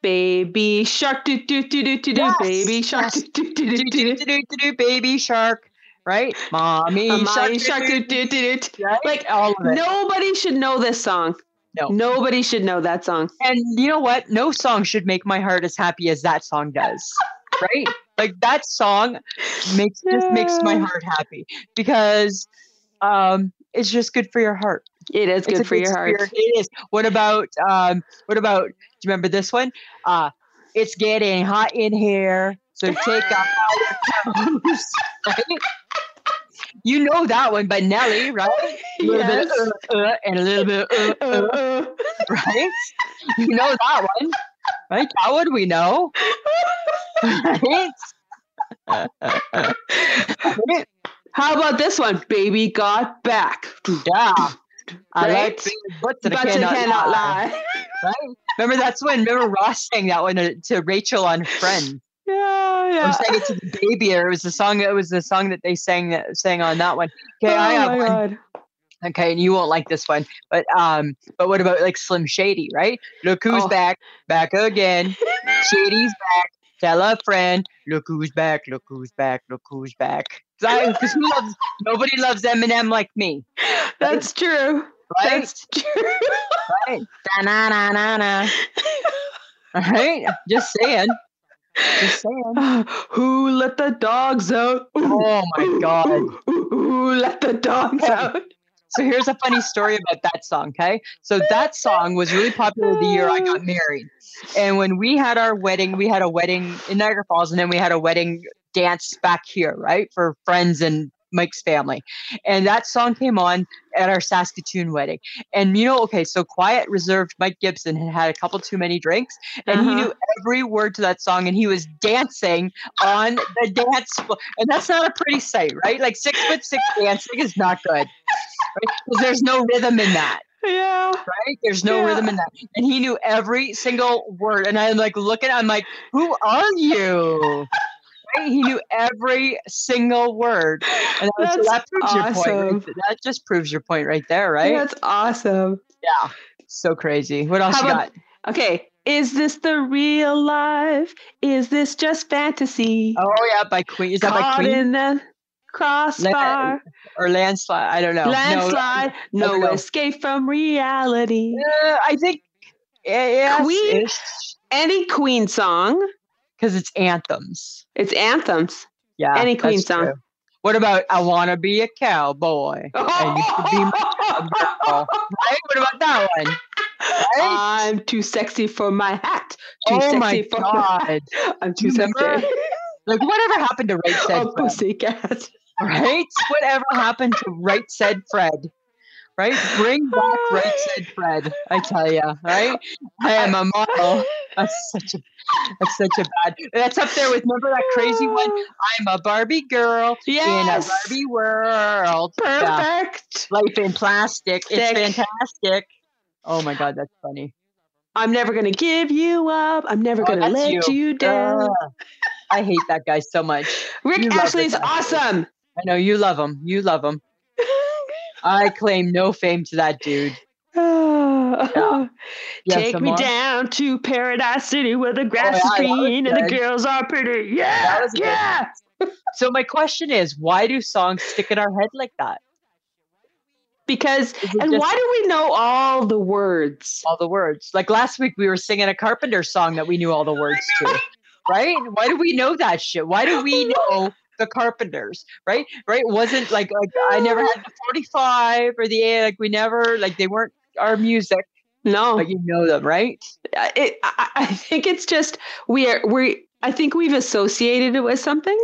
Speaker 2: Baby shark, do do do do do do.
Speaker 3: Yes,
Speaker 2: Baby shark,
Speaker 3: yes.
Speaker 2: do do do do do.
Speaker 3: Do-do-do-do-do, baby shark right mommy
Speaker 2: Amari shark,
Speaker 3: shark
Speaker 2: do do do do.
Speaker 3: right?
Speaker 2: like,
Speaker 3: all of it
Speaker 2: Nobody should know this song.
Speaker 3: No.
Speaker 2: Nobody should know that song.
Speaker 3: and you know what no song should make my heart as happy as that song does right like that song makes just makes my
Speaker 2: Yeah.
Speaker 3: heart happy because um it's just good for your heart
Speaker 2: It is
Speaker 3: It's
Speaker 2: good
Speaker 3: a
Speaker 2: for your heart.
Speaker 3: spirit. It is. What about um what about do you remember this one? Uh it's getting hot in here. So take off all your clothes. Right? You know that one by Nelly, right? A little
Speaker 2: yes.
Speaker 3: bit uh, uh, and a little bit uh, uh,
Speaker 2: Uh,
Speaker 3: right? You know that one, right? That one we know, right? Right?
Speaker 2: How about this one? Baby got back.
Speaker 3: Yeah, I
Speaker 2: Right?
Speaker 3: like seeing butts that I
Speaker 2: but you
Speaker 3: cannot,
Speaker 2: cannot
Speaker 3: lie.
Speaker 2: lie.
Speaker 3: Right? Remember that's when remember Ross sang that one to, to Rachel on Friends.
Speaker 2: Yeah,
Speaker 3: Or sang
Speaker 2: yeah.
Speaker 3: it to the baby, or it was the song. It was the song that they sang that sang on that one. Okay, I
Speaker 2: oh
Speaker 3: have
Speaker 2: my
Speaker 3: one.
Speaker 2: God.
Speaker 3: Okay, and you won't like this one, but um, but what about like Slim Shady, right? Look who's
Speaker 2: Oh.
Speaker 3: back, back again. Shady's back. Tell a friend. Look who's back. Look who's back. Look who's back. 'Cause I- 'cause who loves, nobody loves Eminem like me,
Speaker 2: That's true.
Speaker 3: right?
Speaker 2: That's true.
Speaker 3: Da-na-na-na-na. All right, just saying. Just saying.
Speaker 2: Who let the dogs out? Ooh,
Speaker 3: Oh my
Speaker 2: ooh,
Speaker 3: god.
Speaker 2: ooh, ooh, Who let the dogs
Speaker 3: Okay.
Speaker 2: out?
Speaker 3: So here's a funny story about that song, okay? So that song was really popular the year I got married. And when we had our wedding, we had a wedding in Niagara Falls and then we had a wedding dance back here, right? For friends and Mike's family. And that song came on at our Saskatoon wedding. And you know, okay, so quiet, reserved Mike Gibson had had a couple too many drinks and he
Speaker 2: Uh-huh.
Speaker 3: knew every word to that song and he was dancing on the dance floor. And that's not a pretty sight, right? Like six foot six dancing is not good. Because there's no rhythm in that,
Speaker 2: Yeah.
Speaker 3: right? There's no
Speaker 2: Yeah.
Speaker 3: rhythm in that. And he knew every single word. And I'm like looking, I'm like, who are you? Right? He knew every single word. And I was, so
Speaker 2: That's
Speaker 3: that proves your point.
Speaker 2: awesome.
Speaker 3: Right? That just proves your point right there, right?
Speaker 2: That's awesome.
Speaker 3: yeah. So crazy. What else
Speaker 2: How
Speaker 3: you
Speaker 2: about-
Speaker 3: got?
Speaker 2: Okay. Is this the real life? Is this just fantasy?
Speaker 3: Oh yeah, by Queen. Is that by
Speaker 2: Caught
Speaker 3: Queen
Speaker 2: in the crossbar,
Speaker 3: or Landslide? I don't know. No,
Speaker 2: landslide, no,
Speaker 3: don't know.
Speaker 2: escape from reality.
Speaker 3: Uh, I think yeah,
Speaker 2: Queen? Any Queen song,
Speaker 3: because it's anthems.
Speaker 2: it's anthems.
Speaker 3: Yeah,
Speaker 2: Any Queen
Speaker 3: that's
Speaker 2: song.
Speaker 3: true. What about I wanna be a cowboy? And you could be my girl. Right? What about that one?
Speaker 2: I'm too sexy for my hat. Ah, Too
Speaker 3: oh
Speaker 2: sexy
Speaker 3: my
Speaker 2: for
Speaker 3: god!
Speaker 2: I'm too
Speaker 3: Remember?
Speaker 2: sexy.
Speaker 3: Like whatever happened to right said
Speaker 2: Oh,
Speaker 3: Fred,
Speaker 2: pussycat.
Speaker 3: right? Whatever happened to right said Fred? Right? Bring back right said Fred. I tell you, right? I am a model. That's such a that's such a bad. That's up there with remember that crazy one. I'm a Barbie girl
Speaker 2: Yes.
Speaker 3: in a Barbie world. Yeah.
Speaker 2: Perfect.
Speaker 3: Life in plastic.
Speaker 2: Stick.
Speaker 3: It's fantastic. Oh my god, that's funny.
Speaker 2: I'm never gonna give you up. I'm never
Speaker 3: Oh,
Speaker 2: gonna
Speaker 3: that's
Speaker 2: let you,
Speaker 3: you.
Speaker 2: down.
Speaker 3: Ah, I hate that guy so much. you
Speaker 2: Rick
Speaker 3: love
Speaker 2: Ashley is
Speaker 3: this actor.
Speaker 2: awesome.
Speaker 3: I know you love him. You love him. I claim no fame to that dude.
Speaker 2: Oh,
Speaker 3: You have
Speaker 2: Take
Speaker 3: some
Speaker 2: me
Speaker 3: more? Oh,
Speaker 2: down to Paradise City where the grass
Speaker 3: yeah,
Speaker 2: is
Speaker 3: that was
Speaker 2: green and the
Speaker 3: good.
Speaker 2: girls are pretty. Yeah,
Speaker 3: was good.
Speaker 2: yeah.
Speaker 3: So my question is, why do songs stick in our head like that?
Speaker 2: Because
Speaker 3: Is it
Speaker 2: and
Speaker 3: just
Speaker 2: why do we know all the words?
Speaker 3: all the words? Like last week, we were singing a Carpenter song that we knew all the words to, right? Why do we know that shit? Why do we know the Carpenters, right? Right? Wasn't like like I never had the forty-five or the A. Like we never like they weren't our music.
Speaker 2: No,
Speaker 3: but you know them, right?
Speaker 2: I- it, I, I think it's just we are we. I think we've associated it with something.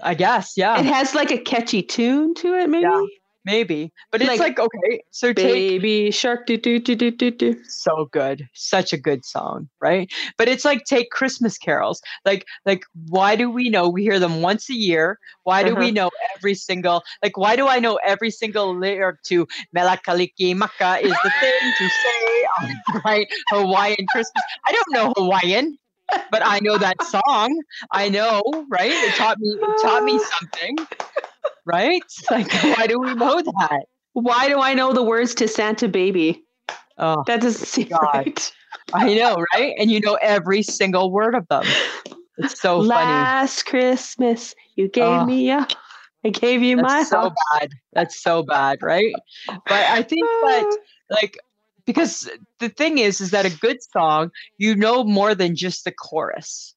Speaker 3: I guess, yeah,
Speaker 2: It has like a catchy tune to it, maybe.
Speaker 3: Yeah. maybe. But it's
Speaker 2: Like-
Speaker 3: like, okay, so take
Speaker 2: Baby shark, do do do do do do.
Speaker 3: so good, such a good song, right? But it's like take Christmas carols, like like why do we know we hear them once a year? Why do we
Speaker 2: Uh-huh.
Speaker 3: know every single like why do I know every single lyric to Melakaliki Maka is the thing to say on right Hawaiian Christmas? I don't know Hawaiian. But I know that song. I know, right? It taught me. It taught me something, right? Like, why do we know that?
Speaker 2: Why do I know the words to Santa Baby?
Speaker 3: Oh,
Speaker 2: That doesn't seem
Speaker 3: God.
Speaker 2: right.
Speaker 3: I know, right? And you know every single word of them. It's so funny.
Speaker 2: Last Christmas, you gave
Speaker 3: Oh.
Speaker 2: me a, I gave you my
Speaker 3: That's so
Speaker 2: heart.
Speaker 3: bad. That's so bad, right? But I think that like because the thing is is that a good song, you know more than just the chorus.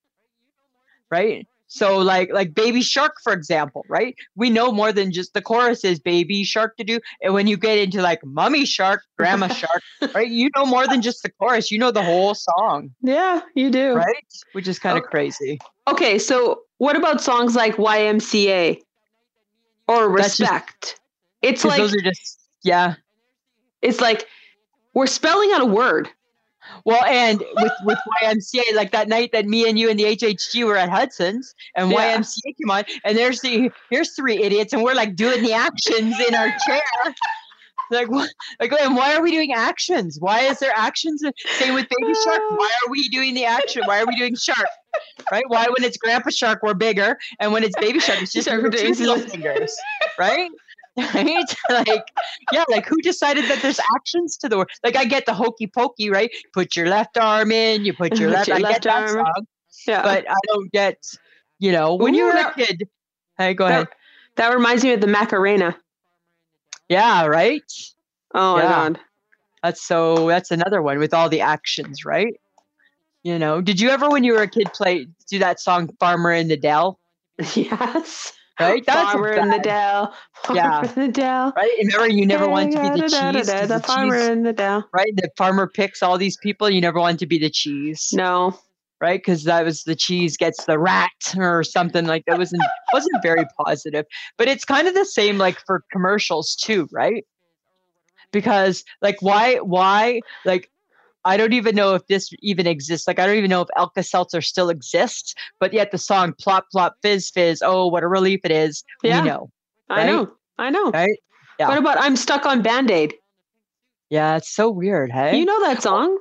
Speaker 3: Right? So like like Baby Shark for example, right? We know more than just the chorus is Baby Shark to do and when you get into like Mummy Shark, Grandma Shark, right? You know more than just the chorus, you know the whole song,
Speaker 2: yeah, you do.
Speaker 3: right? Which
Speaker 2: Oh,
Speaker 3: is kind of
Speaker 2: Okay.
Speaker 3: crazy.
Speaker 2: Okay, so what about songs like YMCA or
Speaker 3: That's just-
Speaker 2: respect. it's
Speaker 3: 'Cause
Speaker 2: like
Speaker 3: those are just yeah.
Speaker 2: it's like we're spelling out a word.
Speaker 3: Well, and with with YMCA, like that night that me and you and the HHG were at Hudson's, and
Speaker 2: Yeah.
Speaker 3: YMCA came on, and there's the here's three idiots, and we're like doing the actions in our chair. Like, what, like, and why are we doing actions? Why is there actions? Same with Baby Shark. Why are we doing the action? Why are we doing Shark? Right? Why when it's Grandpa Shark we're bigger, and when it's Baby Shark it's just
Speaker 2: Shark,
Speaker 3: our
Speaker 2: we're
Speaker 3: two
Speaker 2: doing
Speaker 3: little
Speaker 2: little-
Speaker 3: fingers, right? Right? Like, yeah, like who decided that there's actions to the word? Like, I get the hokey pokey, right? Put your left arm in, you put your
Speaker 2: Put
Speaker 3: left.
Speaker 2: your
Speaker 3: I
Speaker 2: left
Speaker 3: get that
Speaker 2: arm.
Speaker 3: song,
Speaker 2: Yeah.
Speaker 3: but I don't get, you know, when you
Speaker 2: Ooh,
Speaker 3: were a
Speaker 2: that-
Speaker 3: kid. Hey, go ahead.
Speaker 2: that, that reminds me of the Macarena.
Speaker 3: Yeah, right.
Speaker 2: Oh my
Speaker 3: Yeah.
Speaker 2: god.
Speaker 3: That's so. That's another one with all the actions, right? You know, did you ever, when you were a kid, play do that song "Farmer in the Dell"?
Speaker 2: Yes.
Speaker 3: Right, a
Speaker 2: farmer in the
Speaker 3: bad-
Speaker 2: Dell. Farmer
Speaker 3: Yeah.
Speaker 2: in the Dell.
Speaker 3: Right, and remember, you never wanted to be the
Speaker 2: Da-da-da-da-da,
Speaker 3: cheese. 'cause
Speaker 2: The,
Speaker 3: the
Speaker 2: farmer
Speaker 3: cheese-
Speaker 2: in the Dell.
Speaker 3: right? The farmer picks all these people. You never wanted to be the cheese,
Speaker 2: No.
Speaker 3: right? Because that was the cheese gets the rat or something like that. wasn't wasn't very positive. But it's kind of the same like for commercials too, right? Because like why why like I don't even know if this even exists. Like I don't even know if Elka Seltzer still exists. But yet the song "Plop Plop Fizz Fizz," oh what a relief it is.
Speaker 2: Yeah.
Speaker 3: We know,
Speaker 2: I
Speaker 3: right?
Speaker 2: know. I know.
Speaker 3: right? Yeah.
Speaker 2: What about I'm stuck on Band Aid?
Speaker 3: Yeah, it's so weird, hey?
Speaker 2: You know that song?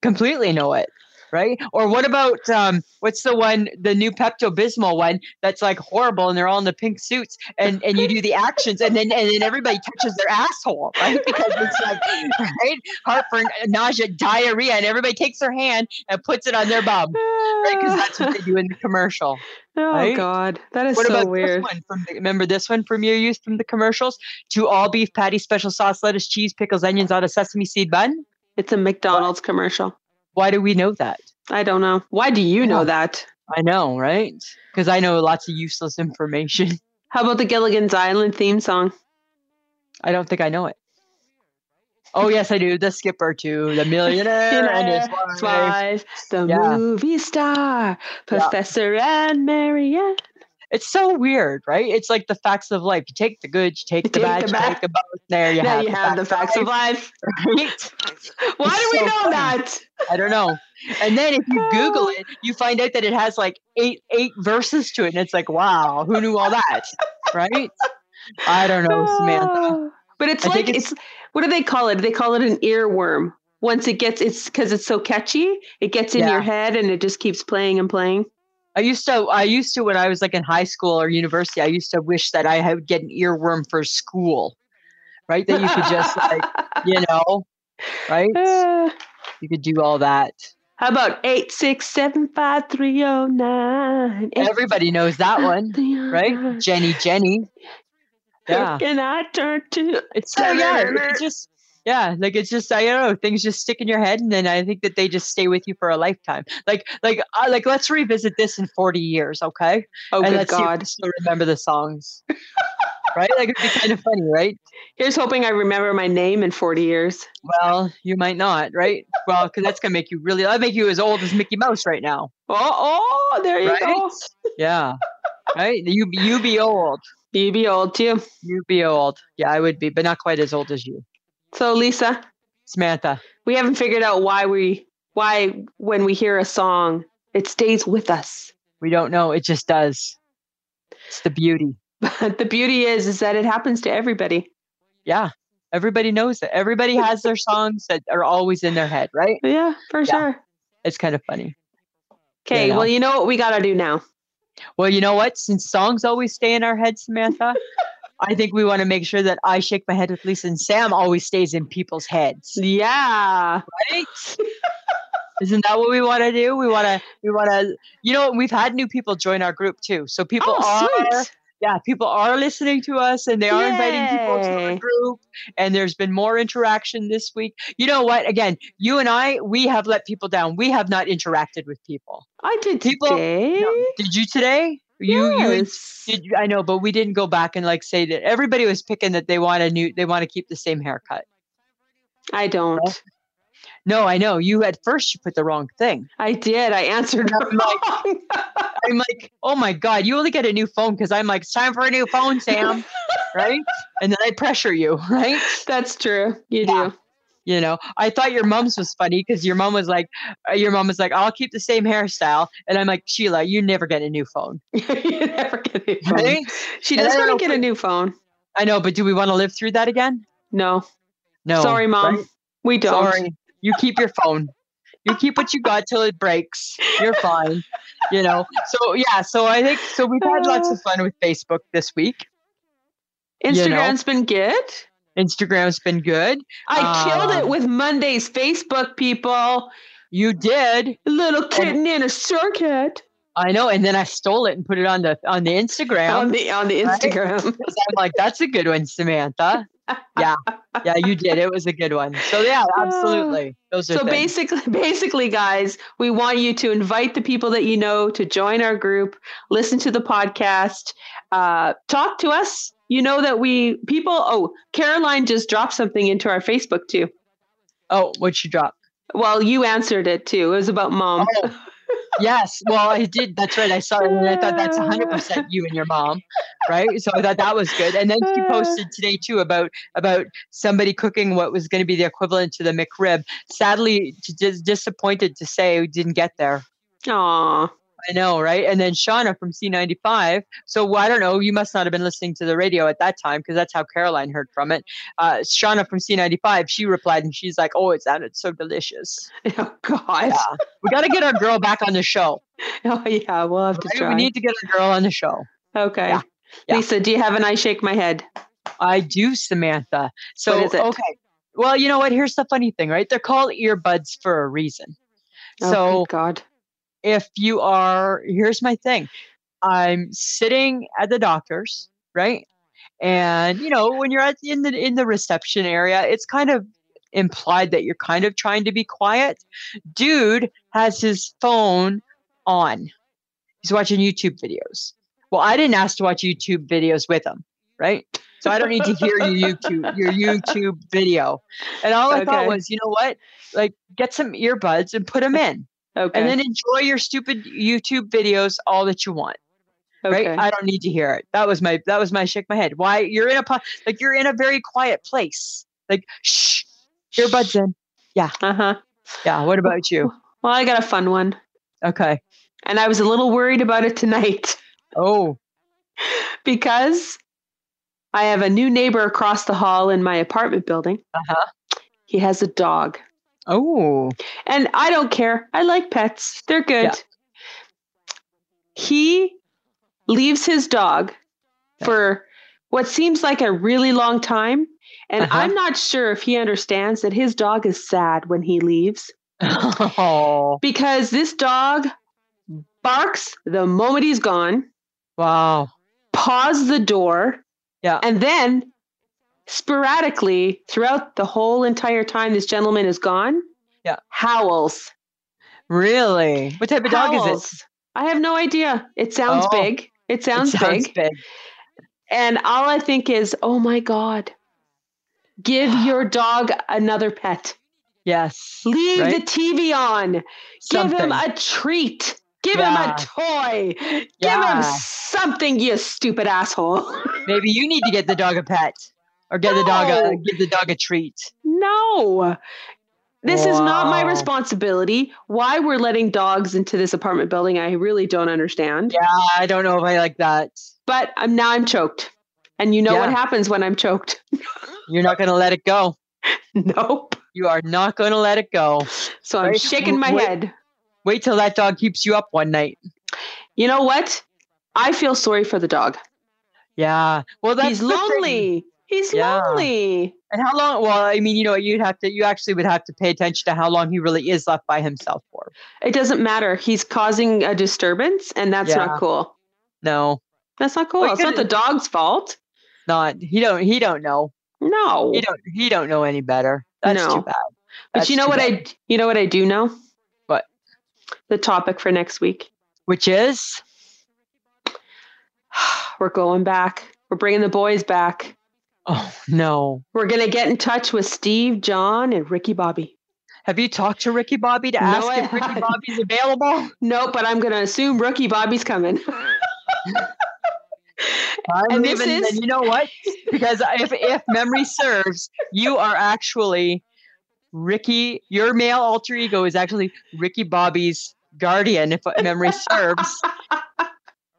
Speaker 3: completely know it right or what about um what's the one the new pepto-bismol one that's like horrible and they're all in the pink suits and and you do the actions and then and then everybody touches their asshole right because it's like right heartburn nausea diarrhea and everybody takes their hand and puts it on their bum right because that's what they do in the commercial
Speaker 2: oh
Speaker 3: right?
Speaker 2: god. That is
Speaker 3: what
Speaker 2: so
Speaker 3: about
Speaker 2: weird.
Speaker 3: this one from the, remember this one from your youth from the commercials to all beef patty special sauce lettuce cheese pickles onions on a sesame seed bun
Speaker 2: It's a McDonald's commercial.
Speaker 3: why do we know that
Speaker 2: I don't know. Why do you know
Speaker 3: Yeah.
Speaker 2: that?
Speaker 3: I know, right? Because I know lots of useless information.
Speaker 2: How about the Gilligan's Island theme song?
Speaker 3: I don't think I know it. Oh yes, I do. The skipper too. The millionaire and his wife.
Speaker 2: His wife, the
Speaker 3: Yeah.
Speaker 2: movie star, Professor Anne Marianne.
Speaker 3: It's so weird, right? It's like the facts of life. You take the good, you take the
Speaker 2: Take
Speaker 3: bad,
Speaker 2: the
Speaker 3: you
Speaker 2: bad.
Speaker 3: take the both. There you
Speaker 2: now
Speaker 3: have,
Speaker 2: you have the facts of life.
Speaker 3: right?
Speaker 2: Why
Speaker 3: It's
Speaker 2: do we
Speaker 3: so
Speaker 2: know
Speaker 3: funny.
Speaker 2: that?
Speaker 3: I don't know. And then if you Google it, you find out that it has like eight eight verses to it, and it's like, wow, who knew all that, right? I don't know, Samantha.
Speaker 2: Ah. But it's
Speaker 3: I think
Speaker 2: like it's, what do they call it? They call it an earworm. Once it gets it's because it's so catchy, it gets in
Speaker 3: Yeah.
Speaker 2: your head and it just keeps playing and playing.
Speaker 3: I used to, I used to, when I was like in high school or university, I used to wish that I had get an earworm for school, right? That you could just like, you know, right?
Speaker 2: Ah.
Speaker 3: You could do all that.
Speaker 2: How about eight six seven five three zero nine? oh
Speaker 3: Everybody knows that one, right? Jenny, Jenny. Yeah.
Speaker 2: Can I turn to?
Speaker 3: It's so, yeah, it's just, yeah, like it's just, I don't know, things just stick in your head. And then I think that they just stay with you for a lifetime. Like, like, uh, like, let's revisit this in 40 years, okay?
Speaker 2: Oh,
Speaker 3: and
Speaker 2: good
Speaker 3: let's see if we
Speaker 2: God!
Speaker 3: still remember the songs, right? Like, it'd be kind of funny, right?
Speaker 2: Here's hoping I remember my name in 40 years.
Speaker 3: Well, you might not, right? Well, because that's gonna make you really. That'll make you as old as Mickey Mouse right now,
Speaker 2: Oh, oh, there you
Speaker 3: right?
Speaker 2: go.
Speaker 3: Yeah, right. You be- you be old.
Speaker 2: You be old too.
Speaker 3: You be old. Yeah, I would be, but not quite as old as you,
Speaker 2: So, Lisa,
Speaker 3: Samantha.
Speaker 2: we haven't figured out why we why when we hear a song it stays with us.
Speaker 3: We don't know. It just does. It's the beauty.
Speaker 2: But the beauty is is that it happens to everybody.
Speaker 3: Yeah, everybody knows it. Everybody has their songs that are always in their head, right?
Speaker 2: Yeah, for sure.
Speaker 3: It's kind of funny.
Speaker 2: Okay,
Speaker 3: Yeah.
Speaker 2: well, you know what we gotta do now.
Speaker 3: Well, you know what? Since songs always stay in our head, Samantha. I think we want to make sure that I shake my head with Lisa and Sam always stays in people's heads.
Speaker 2: Yeah.
Speaker 3: right? Isn't that what we want to do? We want to, we want to, you know, we've had new people join our group too. So people
Speaker 2: Oh,
Speaker 3: are,
Speaker 2: sweet.
Speaker 3: yeah, people are listening to us and they are inviting people to our
Speaker 2: Yay.
Speaker 3: group. And there's been more interaction this week. You know what? Again, you and I, we have let people down. We have not interacted with people.
Speaker 2: I did
Speaker 3: People-
Speaker 2: today.
Speaker 3: No, Did you today? You, you, and-
Speaker 2: Yes.
Speaker 3: did you, I know, but we didn't go back and like say that everybody was picking that they want a new, they want to keep the same haircut.
Speaker 2: I don't.
Speaker 3: No, I know. You at first you put the wrong thing.
Speaker 2: I did. I answered wrong.
Speaker 3: I'm like, oh my God, you only get a new phone because I'm like, it's time for a new phone, Sam. right? And then I pressure you, right?
Speaker 2: That's true. You
Speaker 3: Yeah.
Speaker 2: do.
Speaker 3: You know, I thought your mom's was funny because your mom was like, uh, your mom was like, I'll keep the same hairstyle. And I'm like, Sheila, you never get a new phone.
Speaker 2: you never get a new phone.
Speaker 3: Right?
Speaker 2: She
Speaker 3: And
Speaker 2: does
Speaker 3: I don't
Speaker 2: want to
Speaker 3: know
Speaker 2: get a
Speaker 3: if-
Speaker 2: new phone.
Speaker 3: I know, but do we want to live through that again?
Speaker 2: No.
Speaker 3: No.
Speaker 2: Sorry, mom.
Speaker 3: right?
Speaker 2: We don't.
Speaker 3: Sorry. You keep your phone. You keep what you got till it breaks. You're fine. You know. So yeah, so I think so we've had lots of fun with Facebook this week.
Speaker 2: Instagram's
Speaker 3: You know.
Speaker 2: been good.
Speaker 3: Instagram's been good.
Speaker 2: I killed it
Speaker 3: Um,
Speaker 2: with Monday's Facebook people.
Speaker 3: You did.
Speaker 2: Little kitten in a circuit
Speaker 3: I know. And then I stole it and put it on the on the Instagram.
Speaker 2: on the on the
Speaker 3: Right?
Speaker 2: Instagram.
Speaker 3: 'cause I'm like, that's a good one, Samantha. Yeah. Yeah, you did. It was a good one. So yeah, absolutely. Those are
Speaker 2: So
Speaker 3: things.
Speaker 2: basically, basically, guys, we want you to invite the people that you know to join our group, listen to the podcast, uh, talk to us. You know that we people. Oh, Caroline just dropped something into our Facebook too.
Speaker 3: Oh, what'd you drop?
Speaker 2: Well, you answered it too. It was about mom.
Speaker 3: Oh, yes. Well, I did. That's right. I saw it and I thought that's 100% you and your mom, right? So I thought that was good. And then she posted today too about about somebody cooking what was going to be the equivalent to the McRib. Sadly, t- dis- disappointed to say we didn't get there. Oh,
Speaker 2: Aw.
Speaker 3: I know, right? And then Shauna from C95. So well, I don't know. You must not have been listening to the radio at that time because that's how Caroline heard from it. Uh, Shauna from C95, she replied and she's like, oh, it sounded so delicious.
Speaker 2: Oh God.
Speaker 3: Yeah. we got to get our girl back on the show.
Speaker 2: Oh yeah, we'll have to
Speaker 3: Maybe
Speaker 2: try.
Speaker 3: We need to get a girl on the show.
Speaker 2: okay.
Speaker 3: Yeah. Yeah.
Speaker 2: Lisa, do you have an I shake my head?
Speaker 3: I do, Samantha. So
Speaker 2: is it?
Speaker 3: okay. Well, you know what? Here's the funny thing, right? They're called earbuds for a reason.
Speaker 2: oh,
Speaker 3: so
Speaker 2: good God.
Speaker 3: if you are, here's my thing. I'm sitting at the doctor's, right? And you know, when you're at in the in the reception area, it's kind of implied that you're kind of trying to be quiet. Dude has his phone on. He's watching YouTube videos. Well, I didn't ask to watch YouTube videos with him, right? So I don't need to hear your YouTube your YouTube video. And all I
Speaker 2: Okay.
Speaker 3: thought was, you know what? Like get some earbuds and put them in
Speaker 2: Okay.
Speaker 3: and then enjoy your stupid YouTube videos all that you want.
Speaker 2: okay.
Speaker 3: Right? I don't need to hear it. That was my that was my shake my head. Why you're in a pu- like you're in a very quiet place. Like shh, earbuds in.
Speaker 2: uh huh.
Speaker 3: Yeah. What about you?
Speaker 2: Well, I got a fun one,
Speaker 3: Okay.
Speaker 2: and I was a little worried about it tonight
Speaker 3: Oh,
Speaker 2: because I have a new neighbor across the hall in my apartment building.
Speaker 3: Uh-huh.
Speaker 2: He has a dog,
Speaker 3: oh,
Speaker 2: and I don't care. I like pets; they're good.
Speaker 3: Yeah.
Speaker 2: He leaves his dog
Speaker 3: Yeah.
Speaker 2: for what seems like a really long time. And
Speaker 3: Uh-huh.
Speaker 2: I'm not sure if he understands that his dog is sad when he leaves.
Speaker 3: oh,
Speaker 2: because this dog barks the moment he's gone,
Speaker 3: wow.
Speaker 2: paws the door,
Speaker 3: Yeah.
Speaker 2: and then sporadically throughout the whole entire time this gentleman is gone,
Speaker 3: Yeah.
Speaker 2: howls.
Speaker 3: Really? What type of dog is
Speaker 2: Howls. I have no idea. It sounds
Speaker 3: Oh.
Speaker 2: big. It
Speaker 3: it?
Speaker 2: sounds,
Speaker 3: it sounds
Speaker 2: big. And all I think is, oh my God, give your dog another pet.
Speaker 3: Yes.
Speaker 2: Leave
Speaker 3: Right?
Speaker 2: the TV on. Give him
Speaker 3: Something.
Speaker 2: a treat. Give
Speaker 3: Yeah.
Speaker 2: him a toy.
Speaker 3: Yeah.
Speaker 2: Give him something, you stupid asshole.
Speaker 3: Maybe you need to get the dog a pet, or get the dog a
Speaker 2: No.
Speaker 3: give the dog a treat.
Speaker 2: no. This is not my
Speaker 3: Wow.
Speaker 2: responsibility. Why we're letting dogs into this apartment building, I really don't understand.
Speaker 3: Yeah, I don't know if I like that.
Speaker 2: But I'm now I'm choked. And you know what
Speaker 3: Yeah.
Speaker 2: happens when I'm choked?
Speaker 3: You're not gonna let it go.
Speaker 2: nope.
Speaker 3: You are not gonna let it go.
Speaker 2: So I'm
Speaker 3: Right.
Speaker 2: shaking my
Speaker 3: Wait.
Speaker 2: head.
Speaker 3: Wait till that dog keeps you up one night.
Speaker 2: You know what? I feel sorry for the dog.
Speaker 3: Yeah. Well, that's
Speaker 2: He's
Speaker 3: the thing.
Speaker 2: lonely. He's
Speaker 3: Yeah.
Speaker 2: lonely.
Speaker 3: And how long? Well, I mean, you know, you'd have to, you actually would have to pay attention to how long he really is left by himself for.
Speaker 2: It doesn't matter. He's causing a disturbance, and that's
Speaker 3: Yeah.
Speaker 2: not cool.
Speaker 3: No,
Speaker 2: That's not cool.
Speaker 3: Well, you
Speaker 2: it's not the
Speaker 3: couldn't-
Speaker 2: dog's fault.
Speaker 3: not he don't he don't know
Speaker 2: No.
Speaker 3: he don't he don't know any better. That's
Speaker 2: No.
Speaker 3: too bad.
Speaker 2: But you know what I you know what I do know?
Speaker 3: What?
Speaker 2: The topic for next week.
Speaker 3: Which is
Speaker 2: We're going back. We're bringing the boys back.
Speaker 3: oh no
Speaker 2: We're going to get in touch with Steve, John, and Ricky Bobby.
Speaker 3: Have you talked to Ricky Bobby to
Speaker 2: No,
Speaker 3: ask
Speaker 2: I
Speaker 3: if Ricky
Speaker 2: haven't.
Speaker 3: Bobby's available?
Speaker 2: No, but I'm going to assume rookie Bobby's coming.
Speaker 3: I'm
Speaker 2: And this
Speaker 3: leaving,
Speaker 2: is-
Speaker 3: you know what? Because if if memory serves, you are actually Ricky. Your male alter ego is actually Ricky Bobby's guardian, if memory serves.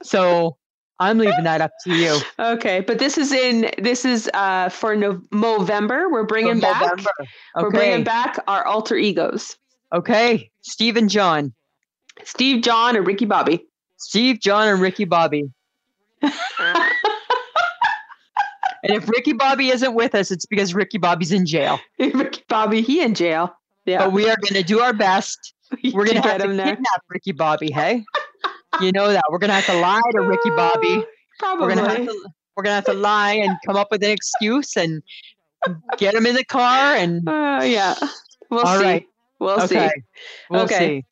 Speaker 3: So I'm leaving that up to you.
Speaker 2: okay, but this is in this is uh, for no- Movember. We're bringing
Speaker 3: For
Speaker 2: back
Speaker 3: November.
Speaker 2: we're
Speaker 3: Okay.
Speaker 2: bringing back our alter egos,
Speaker 3: okay. Steve and John.
Speaker 2: Steve John and Ricky Bobby.
Speaker 3: Steve, John, and Ricky Bobby. And if Ricky Bobby isn't with us, it's because Ricky Bobby's in jail.
Speaker 2: Ricky Bobby, he in jail. Yeah,
Speaker 3: But we are going to do our best Oh, We're gonna have
Speaker 2: get
Speaker 3: to
Speaker 2: him there.
Speaker 3: kidnap Ricky Bobby. Hey, you know that we're gonna have to lie to Ricky Bobby.
Speaker 2: Probably.
Speaker 3: We're gonna have to we're gonna have to lie and come up with an excuse and get him in the car and
Speaker 2: Uh, yeah. We'll
Speaker 3: All
Speaker 2: see.
Speaker 3: right.
Speaker 2: We'll
Speaker 3: okay,
Speaker 2: see.
Speaker 3: we'll
Speaker 2: Okay.
Speaker 3: see.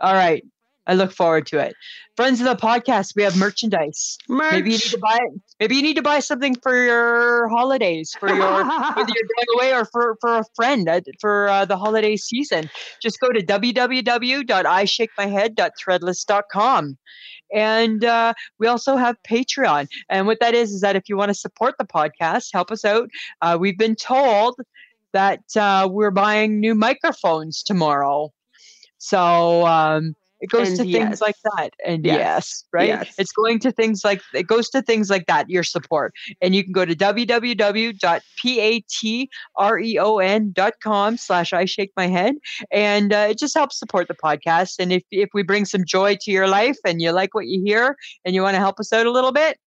Speaker 3: All right, I look forward to it. Friends of the podcast, we have merchandise.
Speaker 2: Merch.
Speaker 3: Maybe you need to buy. Maybe you need to buy something for your holidays, for your whether you're going away or for, for a friend uh, for uh, the holiday season, just go to www.ishakemyhead.threadless.com. And uh, we also have Patreon. And what that is, is that if you want to support the podcast, help us out. Uh, we've been told that uh, we're buying new microphones tomorrow. So um, it goes
Speaker 2: And
Speaker 3: to
Speaker 2: yes.
Speaker 3: things like that. And
Speaker 2: Yes.
Speaker 3: yes, right?
Speaker 2: Yes.
Speaker 3: It's going to things like, it goes to things like that, your support and you can go to www.patreon.com slash i shake my head and uh, it just helps support the podcast and if, if we bring some joy to your life and you like what you hear and you want to help us out a little bit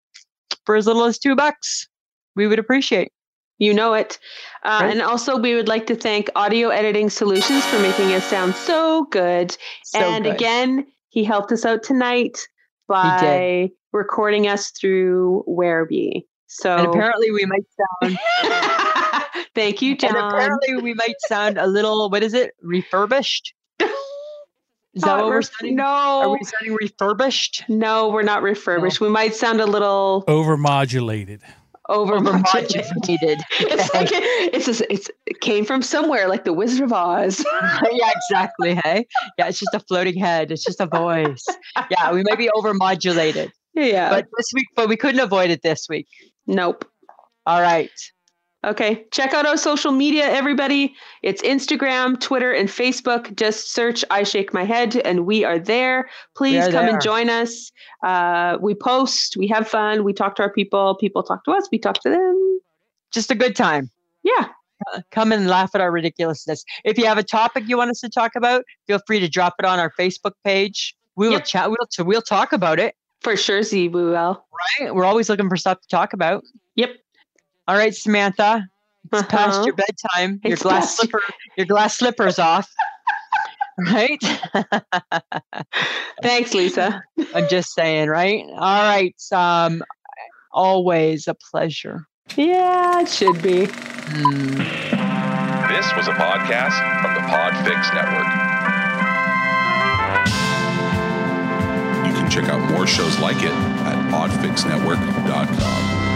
Speaker 3: for as little as two bucks we would appreciate
Speaker 2: You know it. Uh,
Speaker 3: Right.
Speaker 2: And also, we would like to thank Audio Editing Solutions for making us sound so good.
Speaker 3: so
Speaker 2: and
Speaker 3: good.
Speaker 2: again, he helped us out tonight by recording us through Whereby. So
Speaker 3: and apparently we might sound
Speaker 2: thank you,
Speaker 3: and
Speaker 2: John.
Speaker 3: apparently we might sound a little what is it refurbished is that
Speaker 2: Not
Speaker 3: what we're
Speaker 2: ref-
Speaker 3: sounding
Speaker 2: No,
Speaker 3: are we sounding refurbished
Speaker 2: no, we're not refurbished. We might sound a little
Speaker 4: Overmodulated.
Speaker 2: over.
Speaker 3: Overmodulated.
Speaker 2: It's
Speaker 3: Okay.
Speaker 2: like it's just, it's it came from somewhere, like the Wizard of Oz.
Speaker 3: yeah, exactly. Hey, yeah, it's just a floating head. It's just a voice. Yeah, we might be overmodulated,
Speaker 2: yeah.
Speaker 3: but this week, but we couldn't avoid it this week.
Speaker 2: nope.
Speaker 3: All right,
Speaker 2: Okay. Check out our social media, everybody. It's Instagram, Twitter, and Facebook. Just search I Shake My Head and we are there. Please
Speaker 3: are
Speaker 2: come
Speaker 3: there.
Speaker 2: and join us. Uh, we post, we have fun, we talk to our people, people talk to us, we talk to them.
Speaker 3: just a good time.
Speaker 2: Yeah.
Speaker 3: Come and laugh at our ridiculousness. If you have a topic you want us to talk about, feel free to drop it on our Facebook page. We will
Speaker 2: Yep.
Speaker 3: chat. We'll t- we'll talk about it.
Speaker 2: For sure, Z, we will.
Speaker 3: Right? We're always looking for stuff to talk about.
Speaker 2: Yep.
Speaker 3: All right, Samantha. It's past
Speaker 2: Uh-huh.
Speaker 3: your bedtime. Your
Speaker 2: It's
Speaker 3: glass
Speaker 2: past-
Speaker 3: slipper. Your glass slippers off. right.
Speaker 2: Thanks, Lisa.
Speaker 3: I'm just saying, right? All right. Um, always a pleasure.
Speaker 2: Yeah, it should be.
Speaker 3: Hmm.
Speaker 5: This was a podcast from the Podfix Network. You can check out more shows like it at podfixnetwork.com.